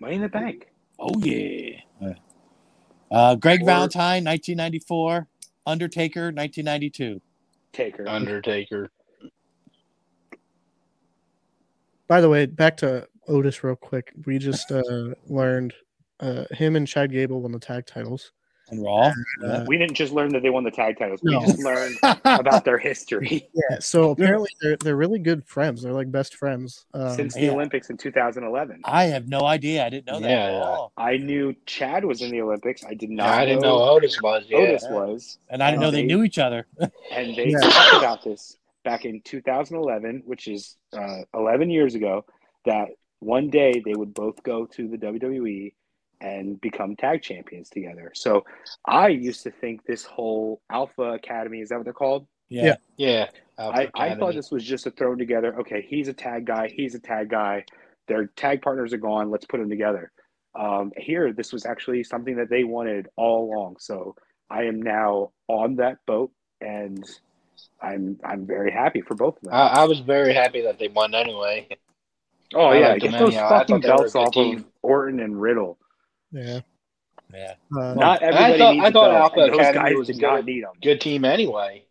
D: Money in the Bank.
E: Oh, yeah. Uh, Greg
D: Or-
E: Valentine, 1994. Undertaker, 1992.
D: Taker.
F: Undertaker.
C: By the way, back to Otis real quick. We just uh, learned uh, him and Chad Gable won the tag titles.
E: And Raw.
C: Uh,
D: We didn't just learn that they won the tag titles.
C: No.
D: We just learned about their history
C: Yeah, Uh, so apparently they're they're really good friends. They're like best friends. Um,
D: since the
E: yeah.
D: Olympics in 2011.
E: I have no idea. I didn't know that at
F: Yeah.
E: all.
D: I knew Chad was in the Olympics. I did not.
F: I didn't know Otis was. Yeah.
D: Otis was,
E: And I didn't know they knew each other.
D: and they
C: Yeah.
D: talked about this back in 2011, which is uh, 11 years ago. That one day they would both go to the WWE and become tag champions together. So I used to think this whole Alpha Academy is that what they're called?
E: Yeah.
F: Yeah.
C: Yeah.
D: I, I
F: Academy.
D: thought this was just a thrown together. Okay, he's a tag guy. He's a tag guy. Their tag partners are gone. Let's put them together. Um, here, this was actually something that they wanted all along. So I am now on that boat, and I'm I'm very happy for both of them.
F: I, I was very happy that they won anyway.
D: oh
F: I
D: yeah,
F: liked
D: get
F: them
D: those
F: anyhow. I thought
D: fucking
F: they were a
D: belts
F: good
D: off
F: team.
D: of Orton and Riddle.
C: yeah.
E: Yeah.
C: Uh,
D: Not
F: I
D: everybody
F: thought-
D: needs
F: I
D: a
F: thought
D: belt,
F: Alpha
D: and those
F: Academy
D: guys
F: was
D: did
F: a
D: not
F: good-
D: need them.
F: Good team anyway.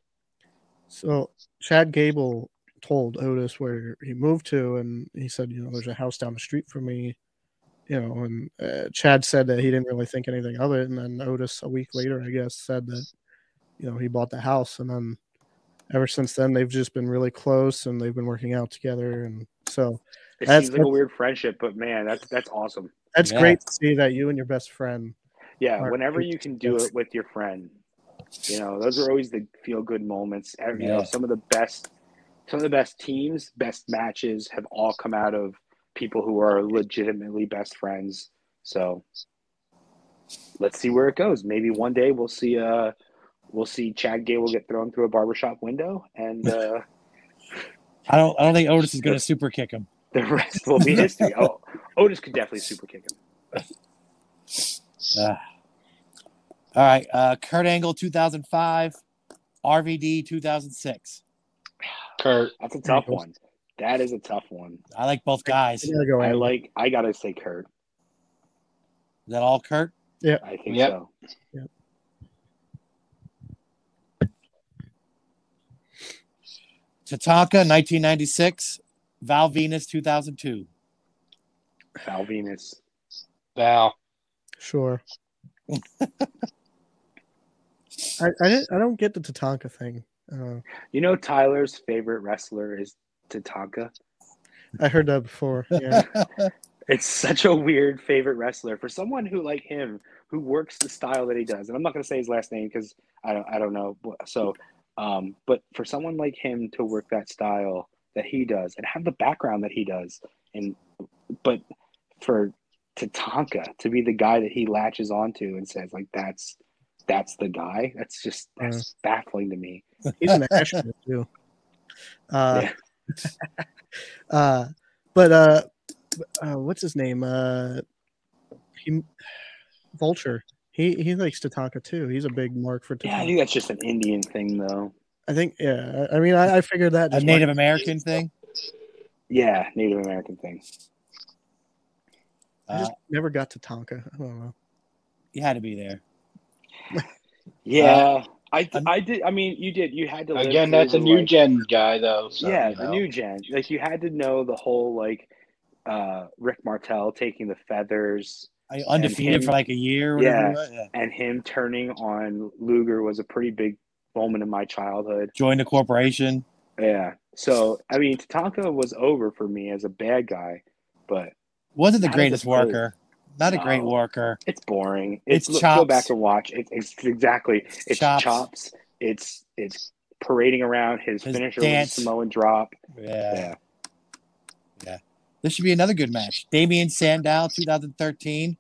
C: So Chad Gable told Otis where he moved to, and he said, you know, there's a house down the street from me, you know. And uh, Chad said that he didn't really think anything of it, and then Otis a week later, I guess, said that, you know, he bought the house, and then ever since then they've just been really close, and they've been working out together, and so
D: It
C: That's-
D: seems like a weird friendship, but man, that's that's awesome.
C: that's
E: Yeah.
C: great to see that you and your best friend
D: Yeah,
C: Mark,
D: whenever
C: it's-
D: you can do
C: it's-
D: it with your friend, you know, those are always the feel good moments. Every- You know,
E: Yeah.
D: some of the best, some of the best teams, best matches have all come out of people who are legitimately best friends. So let's see where it goes. Maybe one day we'll see uh we'll see Chad Gable get thrown through a barbershop window, and uh,
E: I don't I don't think Otis is gonna super kick him.
D: the rest will be history. Oh, Otis could definitely super kick him.
E: All right. Uh Kurt Angle two thousand five, RVD two thousand six.
F: Kurt.
D: That's a tough one. That is a tough one.
E: I like both
C: I
E: guys. Is
C: gotta go
D: I
C: Angle.
D: like. I gotta say, Kurt.
E: that all Kurt?
D: I think
F: Yep.
D: so.
E: Tatanka nineteen ninety six, Val Venus two thousand two.
D: Val Venus.
F: Val.
C: Sure. I, I, didn't, I don't get the Tatanka thing. Uh,
D: You know Tyler's favorite wrestler is Tatanka.
C: I heard that before. Yeah.
D: It's such a weird favorite wrestler for someone who like him who works the style that he does. And I'm not going to say his last name cuz I don't I don't know. So um but for someone like him to work that style that he does and have the background that he does and but for Tatanka to be the guy that he latches onto and says like that's that's the guy. That's just that's baffling to me.
C: He's an astronaut, too. Uh,
D: Yeah.
C: uh, but uh, uh, what's his name? Uh, he, Vulture. He, he likes Tatanka, too. He's a big mark for
D: Yeah, I
C: Tatanka.
D: think that's just an Indian thing though.
C: I think, yeah. I I mean, I, I figured that.
E: A
C: just
E: Native American thing.
D: Yeah, Native American thing.
C: I
E: Uh,
C: just never got Tatanka. I don't know.
E: you had to be there.
D: Yeah, I d-
E: an-
D: I did. I mean, you did. You had to live
F: Again,
D: through
F: that's a
D: the,
F: new
D: like-
F: gen guy though. So,
D: yeah,
F: you
D: a
F: know.
D: new gen. Like you had to know the whole like uh Rick Martel taking the feathers
E: I undefeated
D: him-
E: for like a year or whatever.
D: Yeah.
E: it was. Yeah.
D: and him turning on Luger was a pretty big moment in my childhood.
E: Joined the corporation.
D: Yeah. So I mean, Tatanka was over for me as a bad guy, but
E: Wasn't the
D: How does
E: greatest
D: it hurt?
E: worker. Not a great
D: No.
E: worker.
D: It's boring. It's,
E: It's
D: look, go
E: chops.
D: back and watch. It, it's exactly it's
E: Chops.
D: chops. It's it's parading around his,
E: His
D: finisher
E: dance.
D: with a Samoan drop.
E: Yeah.
D: Yeah.
E: This should be another good match. Damian Sandow, 2013.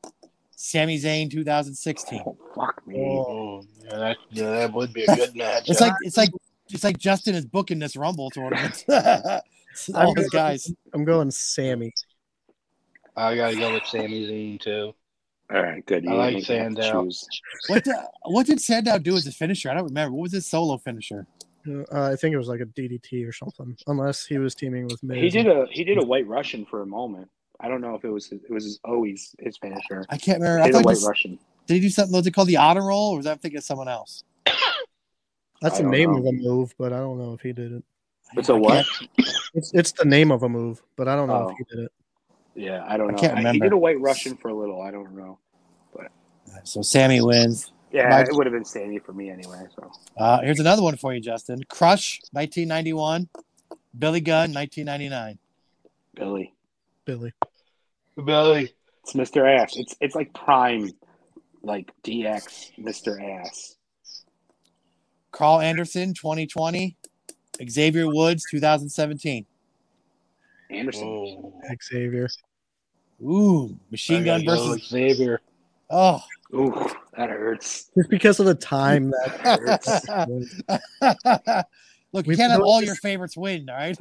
E: Sami Zayn, 2016.
D: Oh, fuck me.
F: Oh, yeah, that, yeah, that would be a good match.
E: It's like it's like it's like Justin is booking this Rumble tournament. It's All
C: I'm
E: those guys.
C: I'm going Sammy.
F: I gotta go with Sami Zayn too.
D: All right, good.
F: I
D: You
F: like
D: make me have to
F: Sandow.
D: choose.
E: What the, what did Sandow do as a finisher? I don't remember. What was his solo finisher?
C: Uh, I think it was like a DDT or something, unless he was teaming with Miz.
D: He did a he did a White Russian for a moment. I don't know if it was his, it was his, always his finisher.
E: I can't
D: He
E: remember. I
D: did a
E: thought
D: White
E: this-
D: Russian.
E: did he do something? Was it called the honor roll, or was I thinking of someone else?
C: That's
D: I
C: the
D: don't
C: name
D: know.
C: of a move, but I don't know if he did it.
D: It's a
E: I
D: what?
E: can't-
C: It's it's the name of a move, but I don't know
D: Oh.
C: if he did it.
D: Yeah, I don't
E: I
D: know.
E: can't
D: he
E: remember.
D: did a White Russian for a little. I don't know.
E: So Sammy wins.
D: Yeah,
E: My-
D: it would have been Sandy for me anyway. So
E: Uh, here's another one for you, Justin. Crush, 1991. Billy Gunn, 1999.
D: Billy,
C: Billy.
F: Billy.
D: it's Mr. Ass. It's it's like prime, like DX Mr. Ass.
E: Carl Anderson, 2020. Xavier Woods, 2017.
D: Anderson.
F: Oh,
C: Xavier.
E: Ooh, Machine
F: I
E: Gun
F: gotta go
E: versus.
F: with Xavier.
E: Oh,
D: Ooh, that hurts.
C: Just because of the time that
D: That hurts.
E: look, you
C: We've
E: can't have all
C: noticed-
E: your favorites win, all right?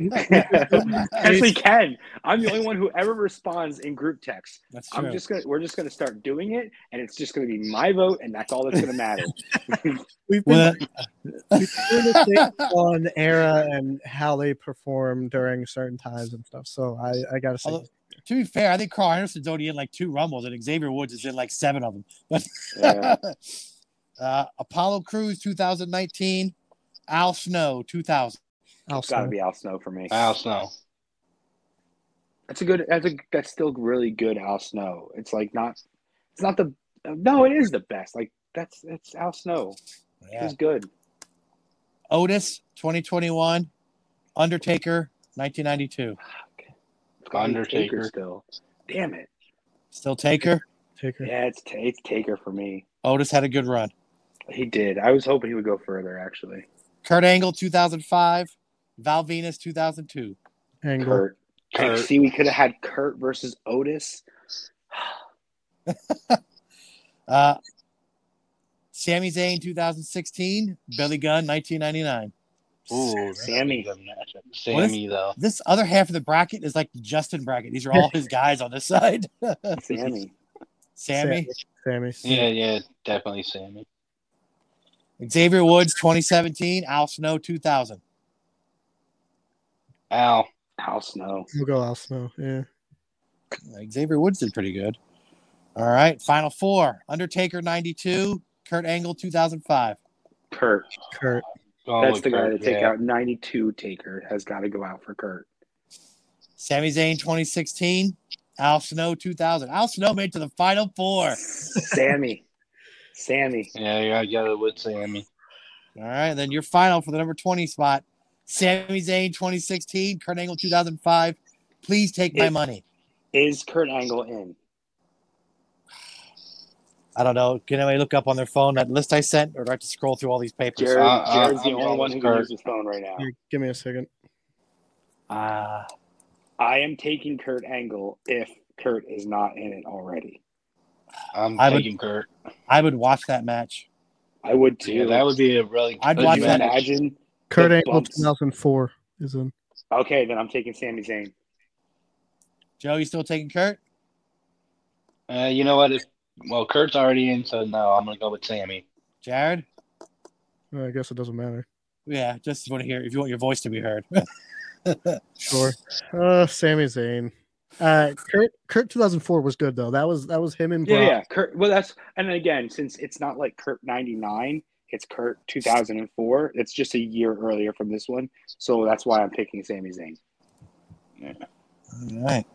D: Actually, Ken, I'm the only one who ever responds in group text.
E: That's true.
D: I'm just gonna we're just gonna start doing it, and it's just gonna be my vote, and that's all that's gonna matter.
C: we've been
E: Well, uh,
C: doing this thing on era and how they perform during certain times and stuff. So I, I gotta say,
E: Although- to be fair, I think Carl Anderson's only in like two rumbles, and Xavier Woods is in like seven of them.
D: Yeah.
E: uh, Apollo Crews 2019, Al Snow 2000.
C: I'll
D: It's gotta
C: say
D: be Al Snow for me.
F: Al Snow.
D: That's a good. That's a. That's still really good. Al Snow. It's like not. It's not the. No, it is the best. Like that's that's Al Snow.
E: Yeah.
D: He's good.
E: Otis 2021, Undertaker 1992.
D: It's gotta be
F: Undertaker.
D: still. Damn it.
E: Still Taker.
C: Taker.
D: Yeah, it's ta- it's Taker for me.
E: Otis had a good run.
D: He did. I was hoping he would go further. Actually,
E: Kurt Angle 2005, Val Venus 2002.
C: Angle.
D: Kurt. Kurt.
F: Kurt.
D: See, we could have had Kurt versus Otis.
E: Uh, Sami Zayn 2016, Billy Gunn 1999.
F: Ooh,
D: Sammy.
F: that's a good matchup. Sammy though.
E: This other half of the bracket is like the Justin bracket. These are all his guys on this side.
D: Sammy.
E: Sammy,
C: Sammy.
F: Yeah, yeah, definitely Sammy.
E: Xavier Woods 2017, Al Snow 2000.
F: Al.
D: Al Snow.
C: We'll go Al Snow. Yeah.
E: Xavier Woods did pretty good. All right, final four: Undertaker '92, Kurt Angle 2005.
D: Kurt.
C: Kurt.
F: Going
D: That's
F: with
D: the guy
F: Kurt,
D: to take
F: yeah.
D: out 92 Taker has got to go out for Kurt.
E: Sami Zayn 2016, Al Snow 2000. Al Snow made it to the final four.
D: Sammy. Sammy.
F: Yeah, yeah, I got it with Sammy.
E: All right, then your final for the number 20 spot: Sami Zayn 2016, Kurt Angle 2005. Please take my
D: It-
E: money.
D: Is Kurt Angle in?
E: I don't know. Can anybody look up on their phone that list I sent, or do I have to scroll through all these papers?
D: Jared,
F: Uh, uh,
D: Jared's the
F: I'm
D: only
F: going
D: one
F: with
D: who can
F: Kurt.
D: use his phone right now.
C: Here, give me a second.
D: Uh,
E: Ah,
D: I am taking Kurt Angle if Kurt is not in it already.
F: I'm
E: I would-
F: taking Kurt.
E: I would watch that match.
D: I would too.
F: Yeah, that would be a really.
E: I'd
F: good
D: Could
E: watch
D: you
E: that.
F: match.
D: imagine?
C: Kurt
D: The
C: Angle
D: bumps.
C: 2004 is in.
D: Okay, then I'm taking Sami Zayn.
E: Joe, you still taking Kurt?
F: Uh, you know what? If, well, Kurt's already in, so no, I'm gonna go with Sammy.
E: Jared?
C: Uh, I guess it doesn't matter.
E: Yeah, just want to hear if you want your voice to be heard.
C: Sure. Uh, Sami Zayn. Uh, Kurt Kurt 2004 was good though. That was that was him and
D: Yeah,
C: Brock.
D: yeah. Kurt. Well, that's and again, since it's not like Kurt '99, it's Kurt 2004. It's just a year earlier from this one, so that's why I'm picking Sami Zayn.
E: All right.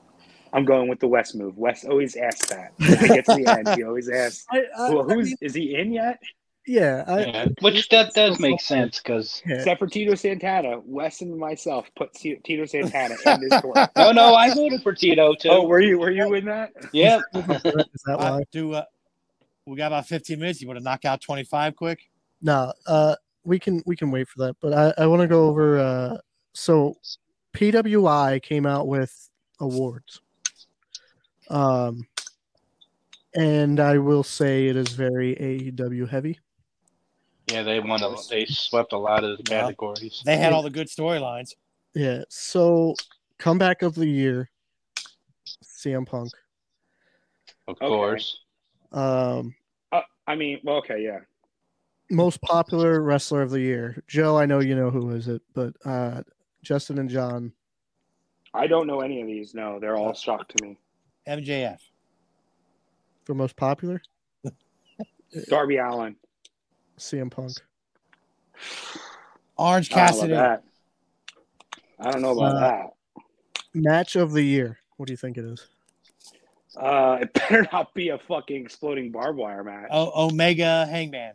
D: I'm going with the West move. West always asks that. When it gets to the end, he always asks,
C: I, I,
D: "Well,
C: I mean,
D: who's is he in yet?"
C: yeah, I,
F: Yeah, which that does make sense because
C: yeah,
D: Except for Tito Santana, Wes and myself put T- Tito Santana in this tournament.
F: oh no, I voted for Tito too.
D: oh, were you were you in that?
F: yeah,
C: is that
E: I
C: why?
E: do. Uh, we got about 15 minutes. You want to knock out 25 quick?
C: No, uh, we can we can wait for that. But I, I want to go over. Uh, so PWI came out with awards, um, and I will say it is very AEW heavy.
F: yeah, they won. A, they swept a lot of the categories.
E: They had all the good storylines.
C: Yeah. So comeback of the year, CM Punk.
F: Of
D: Okay.
F: course,
C: Um,
D: Uh, I mean, well, okay, yeah.
C: most popular wrestler of the year, Joe. I know you know who is it, but uh, Justin and John.
D: I don't know any of these. No, they're all shocked to me.
E: MJF.
C: For most popular,
D: Darby Allen.
C: CM Punk.
E: Orange
D: I don't
E: Cassidy.
D: know about that. I don't know about
C: Uh, Match of the year. What do you think it is?
D: that. Uh, it better not be a fucking exploding barbed wire match.
E: O- Omega Hangman.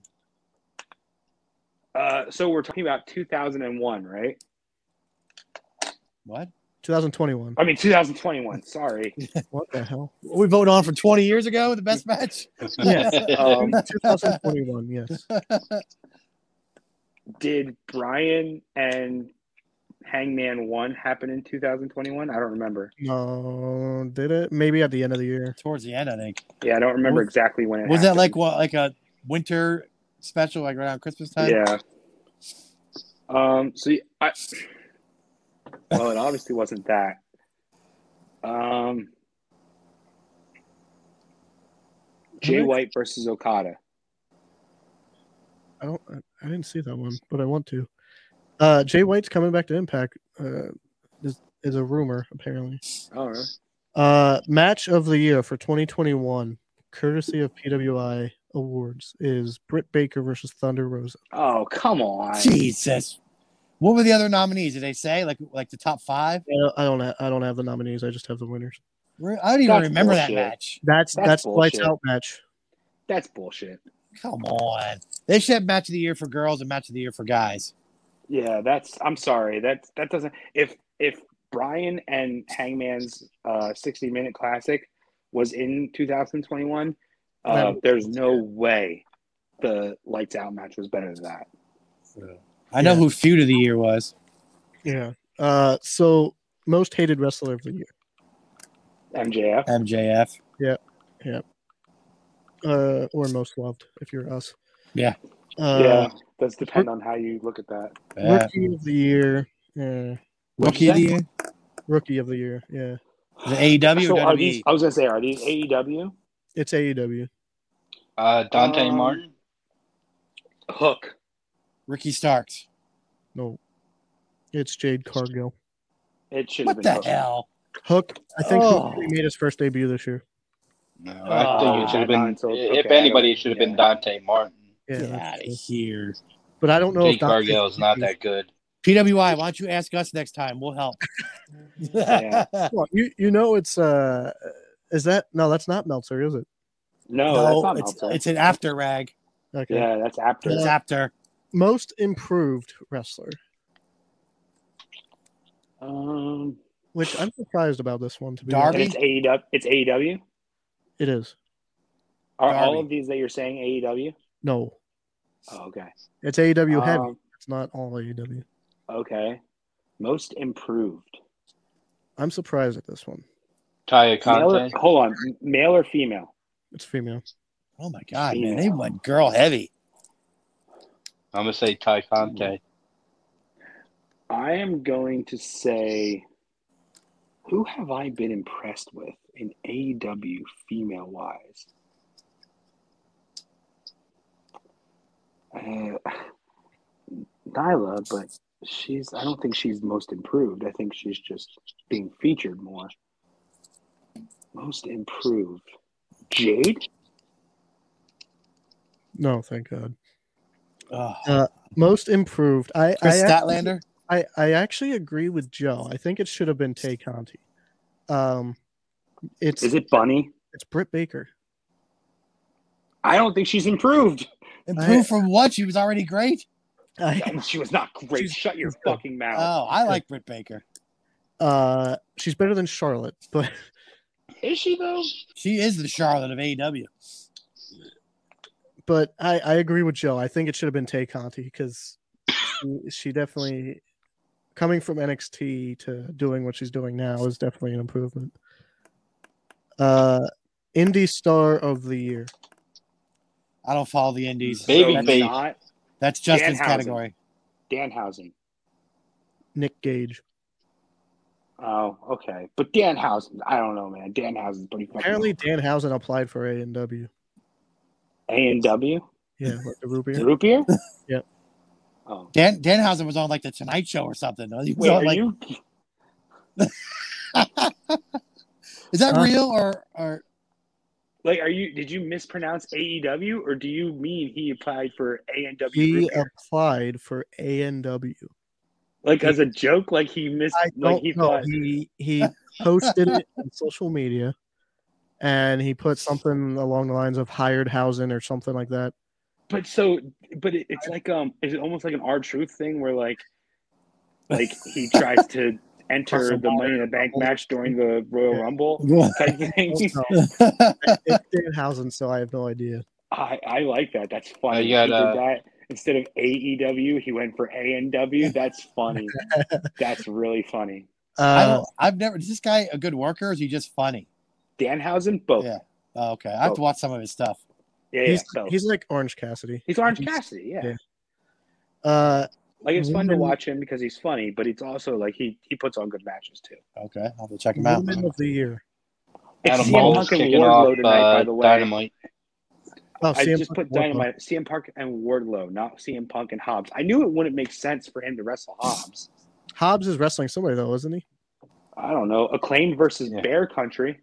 C: Oh.
D: Uh, so we're talking about 2001, right?
E: What?
C: 2021.
D: I mean 2021. Sorry.
C: What the hell?
E: We voted on from 20 years ago, the best match?
C: Yeah.
D: Um,
C: 2021. Yes.
D: did Brian and Hangman One happen in 2021? I don't remember.
C: No, did it? Maybe at the end of the year.
E: Towards the end, I think.
D: Yeah, I don't remember
E: Was-
D: exactly when it
E: Was that
D: happened.
E: like what, like a winter special, like around Christmas time?
D: Yeah. Um. So y- I. Well, it obviously wasn't that. Um. Jay
C: Who-
D: White versus Okada.
C: I don't. I- I didn't see that one, but I want to. Uh, Jay White's coming back to Impact. Uh, is is a rumor apparently.
D: Oh, really?
C: Uh, match of the year for 2021, courtesy of PWI Awards, is Britt Baker versus Thunder Rosa.
D: oh come on!
E: Jesus. What were the other nominees? Did they say like like the top five?
C: I don't. I don't, ha- I don't have the nominees. I just have the winners.
E: Re- I don't even
D: That's
E: remember
D: bullshit.
E: that match.
C: That's
D: That's
C: that's, lights
D: bullshit.
C: out match.
D: That's bullshit.
E: Come on. They should have match of the year for girls and match of the year for guys.
D: Yeah, that's. I'm sorry. That that doesn't. If if Brian and Hangman's uh, 60 minute classic was in 2021, uh,
C: That-
D: there's no way the lights out match was better than that.
E: I know
C: Yeah.
E: who feud of the year was.
C: Yeah. Uh, so most hated wrestler of the year.
D: MJF.
E: MJF.
C: uh, or most loved if you're us.
E: Yeah.
D: yeah,
C: Uh,
D: does depend on how you look at that.
E: Yeah.
C: Rookie of the year. Yeah.
E: Rookie of the year?
C: Rookie of the year. Yeah.
E: The E AEW
D: So
E: or
D: are these?
E: WWE?
D: I was gonna say, are these E AEW?
C: It's E AEW.
F: uh, Dante
D: Um,
F: Martin.
D: Hook.
E: Ricky Starks.
C: No. It's Jade Cargill.
D: It should have
E: What
D: been.
E: the
D: Hook.
E: hell?
C: Hook. I think
E: Oh.
C: he made his first debut this year.
F: No, I think
E: Oh,
F: it should have been.
D: uh, Dante,
F: if
D: okay, I
F: anybody, it should have
D: yeah.
F: been Dante Martin.
C: Yeah.
E: Get
C: that's
E: out of
C: true.
E: here.
C: But I don't know
F: Jake
C: if Dante-
F: Cargill is not that good.
E: PWI, why don't you ask us next time? We'll help.
D: Yeah.
C: Well, you you know it's uh is that no that's not Meltzer is it?
D: No, Oh, that's
E: no,
D: not
E: it's,
D: Meltzer.
E: it's an after rag.
C: Okay.
D: yeah, that's after.
E: It's after.
C: Most improved wrestler,
D: Um,
C: which I'm surprised about this one to be.
E: Darby?
D: and
C: honest.
D: it's AEW. It's AEW.
C: It is
D: Are all
E: Darby.
D: of these that you're saying AEW?
C: no.
D: Oh, okay.
C: It's AEW heavy.
D: Um,
C: It's not all E AEW.
D: okay. Most improved.
C: I'm surprised at this one.
F: Taya
D: Male or,
F: Conte.
D: hold on. M- Male or female?
C: It's female.
E: Oh my god,
D: Yeah.
E: man. They went girl heavy.
F: I'm gonna say Ty Conte.
D: I am going to say. Who have I been impressed with in E AEW female wise? Uh, Nyla, but she's. I don't think she's most improved. I think she's just being featured more. Most improved. Jade.
C: No, thank God.
E: Ugh.
C: Most improved. I
E: Chris
C: I, actually-
E: Statlander?
C: I I actually agree with Joe. I think it should have been Tay Conti. Um, it's
D: Is it Bunny?
C: it's Britt Baker.
D: I don't think she's improved.
E: Improve from what? She was already great.
C: I,
D: Um, She was not great.
C: She's-
D: Shut your
C: she's good.
D: fucking mouth.
F: Uh,
E: Oh, I like Britt Baker.
C: uh, she's better than Charlotte, but
D: Is she though?
E: She is the Charlotte of E AEW.
C: but I, I agree with Joe. I think it should have been Tay Conti because she, she definitely coming from NXT to doing what she's doing now is definitely an improvement. Uh, indie star of the year.
E: I don't follow the Indies.
F: Baby
E: that's,
F: face.
D: not
E: that's Justin's
D: Danhausen.
E: category.
D: Danhausen.
C: Nick Gage.
D: Oh, okay. But Danhausen, I don't know, man. Danhausen's pretty fucking
C: Apparently, Dan Housen applied for A and W.
D: A and W.
C: Yeah, with the root beer.
D: Root beer?
C: Yeah.
D: Oh.
E: Dan Danhausen was on like the Tonight Show or something. He was
D: Wait,
E: on,
D: are
E: like-
D: you
E: is that
C: Huh?
E: real or or
D: like are you did you mispronounce AEW or do you mean he applied for A and
C: He uh,
D: W
C: applied for A and W.
D: like as a joke? Like he missed
C: I
D: like
C: don't
D: he
C: know.
D: thought
C: He he posted it on social media, and he put something along the lines of hired housing or something like that.
D: but so but it, it's like um is it almost like an R truth thing where like like he tries to enter
C: Hustle
D: the money in the bank match during the Royal
C: Yeah.
D: Rumble type thing?
C: Also, it's Dan Housen, so I have no idea.
D: I, I like that. That's funny.
F: I got,
D: he did
F: uh,
D: that. Instead of AEW, he went for ANW. That's funny. That's really funny.
E: I
C: Uh,
E: don't, I've never. Is this guy a good worker? Or is he just funny?
D: Danhausen, both.
E: Yeah. Oh, okay, I have to watch some of his stuff.
D: Yeah, yeah,
C: he's
D: both. He's,
C: he's like Orange Cassidy.
D: Orange
C: he's-
D: Cassidy. Yeah.
C: yeah. Uh,
D: Like it's fun to
C: Women-
D: watch him because he's funny, but it's also like he he puts on good matches too.
E: Okay, I'll have to check him out.
C: Women of the year.
D: It's
F: Adam
D: CM
F: Cole is
D: Punk and
F: kicking
D: Wardlow
F: off
D: tonight,
F: uh,
D: by the way.
F: Dynamite.
C: Oh,
D: I
C: CM
D: just put
C: Punk.
D: Dynamite, CM Punk and Wardlow, not CM Punk and Hobbs. I knew it wouldn't make sense for him to wrestle Hobbs.
C: Hobbs is wrestling somebody though, isn't he?
D: I don't know. Acclaimed versus
F: Yeah.
D: Bear Country.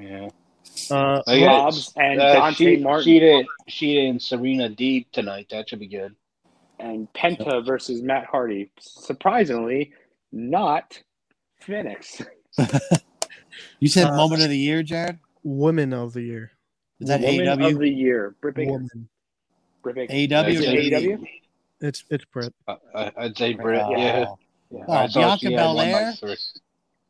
F: Yeah.
C: Uh,
F: Like,
D: Hobbs and
F: Oh, uh,
D: Dante
F: she,
D: Martin.
F: Sheeta, Sheeta and Serena Deeb tonight. That should be good.
D: and Penta versus Matt Hardy. Surprisingly, not Phoenix.
E: You said
C: Uh,
E: moment of the year, Jared.
C: Women of the year.
E: Is that E
D: Woman
E: AEW?
D: of the year, Britt Baker.
C: Woman.
D: Britt Baker. E
E: AEW.
D: Is
E: or
D: it
F: That's E
E: WWE?
D: AEW?
C: It's it's Britt.
F: I, I, Uh, I'd say Britt.
E: Wow.
F: Yeah.
D: Yeah.
E: Wow,
F: I saw she
E: Oh. Bianca
F: had one
E: Belair?
F: like three.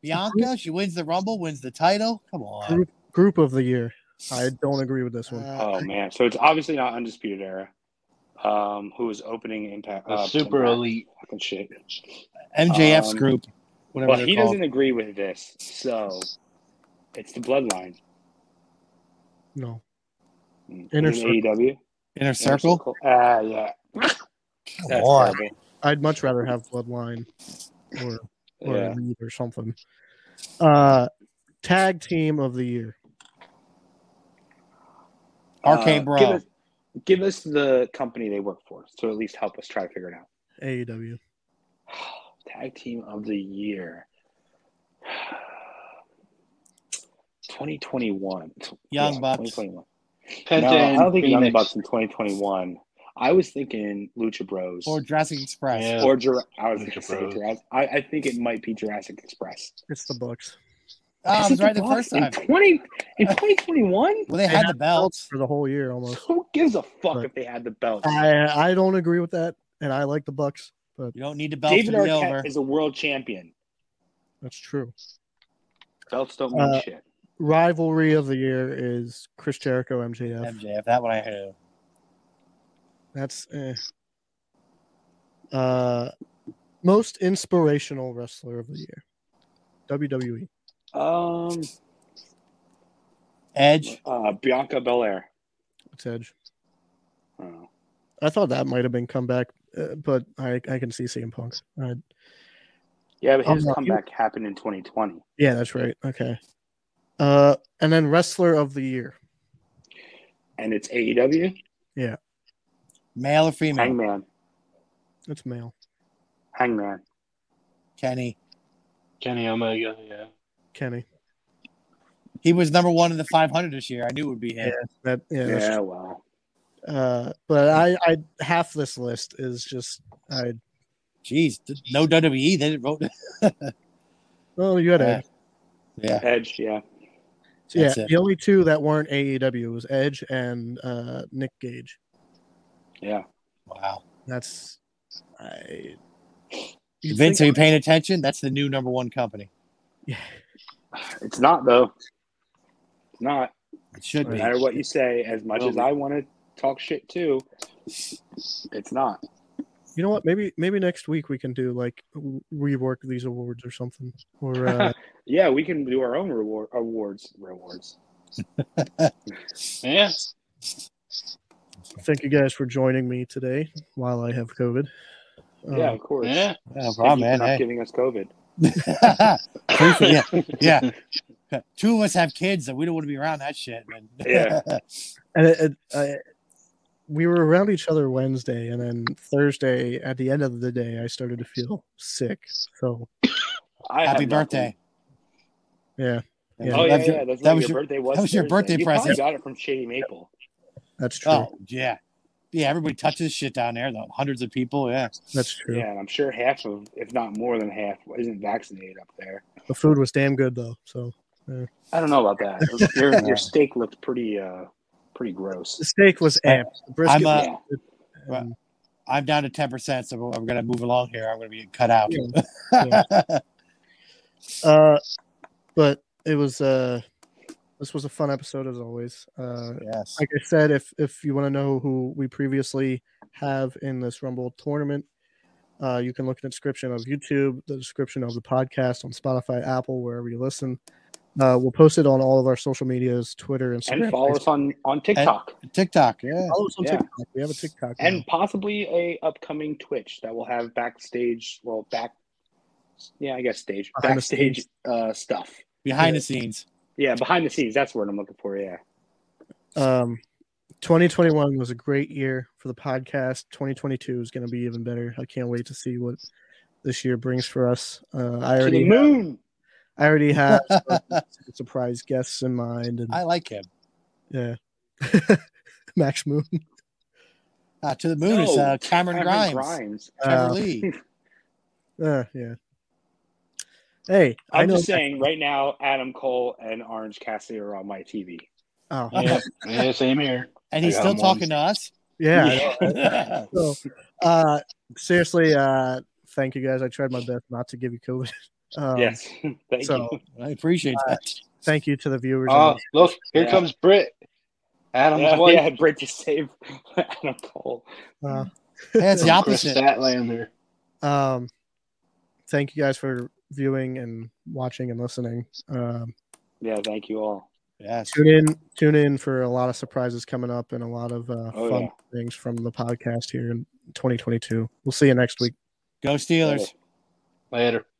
E: Bianca, she wins the Rumble, wins the title. Come on.
C: Group, group of the year. I don't agree with this one.
E: Uh,
D: Oh man, so it's obviously not undisputed era. Um, who was opening Impact?
F: The
D: uh,
F: super
D: Impact.
F: elite.
D: Fucking shit.
E: MJF's
D: um,
E: group, whatever
D: Well,
E: they're
D: he
E: called.
D: doesn't agree with this, so it's the bloodline.
C: No.
D: Mm.
C: Inner
D: Is it
C: Circle.
D: AEW.
E: Inner
D: Inner
E: Circle.
D: Circle? Ah, yeah.
E: Come
D: That's
E: on.
D: terrible.
C: I'd much rather have Bloodline or or
D: Yeah.
C: Elite or something. Uh, tag team of the year.
E: RK
D: Uh,
E: Bro.
D: Give us, give us the company they work for, so at least help us try to figure it out.
C: AEW.
D: Tag team of the year. 2021.
E: Young
D: Yeah,
E: Bucks.
D: 2021.
F: Penta
D: No, I don't
F: and
D: think Young
F: Phoenix.
D: Bucks in 2021. I was thinking Lucha Bros.
E: or Jurassic Express.
F: Yeah.
D: or Jura- I was
F: Lucha
D: gonna say
F: Bros.
D: Jurassic. I, I think it might be Jurassic Express.
C: It's the Bucks.
E: Oh, I
D: Is
E: was
D: it
E: right the
D: Bucks
E: first time.
D: In 20 in 2021.
E: Well, they
C: They
E: had
C: had
E: the belts.
C: For the whole year almost.
D: Who gives a fuck
C: But-
D: if they had the belt?
E: Uh,
C: I I don't agree with that, and I like the Bucks.
E: You don't need the belts
D: David
E: to be
D: Arquette
E: over.
D: is a world champion.
C: That's true.
D: Belts don't mean
C: Uh,
D: shit.
C: Rivalry of the year is Chris Jericho MJF.
E: MJF. That one I heard.
C: That's eh. uh most inspirational wrestler of the year. E. WWE.
D: Um,
E: Edge.
D: uh, Bianca Belair.
C: It's Edge.
D: Oh.
C: I thought that might have been comeback, uh, but I I can see CM Punk. Uh,
D: Yeah, but
C: Oh,
D: his
C: no, you-
D: comeback happened in 2020.
C: yeah, that's right. Okay. Uh, and then wrestler of the year.
D: And it's E AEW,
E: Male or female?
D: Hangman,
C: That's male.
D: Hangman,
E: Kenny.
F: Kenny Omega. Yeah.
C: Kenny.
E: He was number one in the 500 this year. I knew it would be him.
C: That yeah.
D: yeah,
C: that's-
D: wow.
C: uh, but I I half this list is just I.
E: Jeez, th- no WWE. They didn't wrote.
C: Oh, you had
E: Yeah,
C: Edge.
E: Yeah,
D: Edge, yeah.
C: Yeah,
E: that's it.
C: E the only two that weren't AEW was Edge and uh, Nick Gage.
D: Yeah.
E: Wow.
C: That's I. you'd
E: Vince, are you
C: think-
E: paying attention? That's the new number one company.
D: It's not though. It's not.
E: It should
D: No
E: be.
D: matter what you say, as much as I want to talk shit too, it's not.
C: you know what? Maybe maybe next week we can do like w- rework these awards or something. Or uh,
D: Yeah, we can do our own reward awards rewards.
F: Yeah.
C: thank you guys for joining me today while I have COVID. Um,
D: yeah, of course.
F: Yeah.
E: No
D: Thank you
E: problem,
D: for
E: Oh. man.
D: not
E: Hey.
D: giving us COVID.
E: Free for- yeah, yeah. Two of us have kids that we don't want to be around that shit. Man.
D: Yeah.
C: and it, it, I, we were around each other Wednesday, and then Thursday at the end of the day, I started to feel sick. So
D: I
E: Happy
D: have nothing.
E: birthday.
C: Yeah, yeah.
D: Oh yeah,
E: That's
D: yeah.
E: your-
D: That's
E: that
D: right.
E: was
D: your
E: your-
D: birthday was
E: that was your
D: Thursday.
E: birthday
D: you
E: present.
D: Probably got it from Shady Maple.
C: that's true.
E: Oh yeah, yeah. Everybody touches shit down there. Though. Hundreds of people. Yeah.
C: That's true.
D: Yeah, and I'm sure half of, if not more than half, isn't vaccinated up there.
C: The food was damn good though. So
D: I don't know about that. Your, your steak looked pretty, uh, pretty
C: the
D: gross.
C: steak was
E: Uh,
C: amped. The brisket
E: I'm, uh,
C: was
D: yeah.
C: good, and-
E: I'm down to ten percent, so we're, we're gonna move along here. I'm gonna be cut out.
C: Yeah. Uh, but it was uh, this was a fun episode as always. Uh,
E: yes.
C: like I said, if if you want to know who we previously have in this Rumble tournament, uh, you can look in the description of YouTube, the description of the podcast on Spotify, Apple, wherever you listen. Uh, we'll post it on all of our social medias, Twitter, Instagram,
D: And follow us on on TikTok
E: TikTok. Yeah.
C: Follow us on
D: Yeah.
C: TikTok. We have a TikTok. now.
D: and possibly a upcoming Twitch that will have backstage, well, back, yeah, I guess stage
C: Behind the
D: backstage uh, stuff.
E: Behind the scenes.
C: Mm-hmm.
D: Yeah, behind the scenes. That's what I'm looking for. Yeah.
C: um, 2021 was a great year for the podcast. 2022 is going to be even better. I can't wait to see what this year brings for us. Uh, I
D: To the
C: already,
D: moon.
C: I already have uh, surprise guests in mind, and
E: I like him.
C: yeah, Max Moon,
E: Uh, to the moon is
D: No,
E: uh, Cameron,
D: Cameron
E: Grimes.
D: Grimes.
E: Trevor
C: Uh,
E: Lee.
C: uh, yeah. Hey, i
D: I'm
C: know.
D: just saying, right now, Adam Cole and Orange Cassidy are on my TV.
C: oh, yeah,
F: Yeah. yeah. Same here.
E: And he's
F: I got
E: still
F: him
E: talking to us.
C: I know. So, uh, seriously, uh, thank you guys. I tried my best not to give you COVID. Um,
D: yes. Thank
C: so-
D: you.
E: I appreciate that.
C: Thank you to the viewers.
F: Oh, look, here
D: Yeah.
F: comes Britt.
C: um,
F: Adam's
D: Yeah,
F: wife,
D: yeah, Britt just saved Adam Cole.
C: Uh,
E: Yeah, it's the
F: Chris
E: opposite.
F: Statlander.
C: um thank you guys for viewing and watching and listening um
D: Yeah, thank you all.
E: Yes.
C: tune in tune in for a lot of surprises coming up and a lot of uh,
D: Oh,
C: fun
D: yeah.
C: things from the podcast here in 2022 we'll see you next week
E: Go Steelers.
D: Later.
F: Later.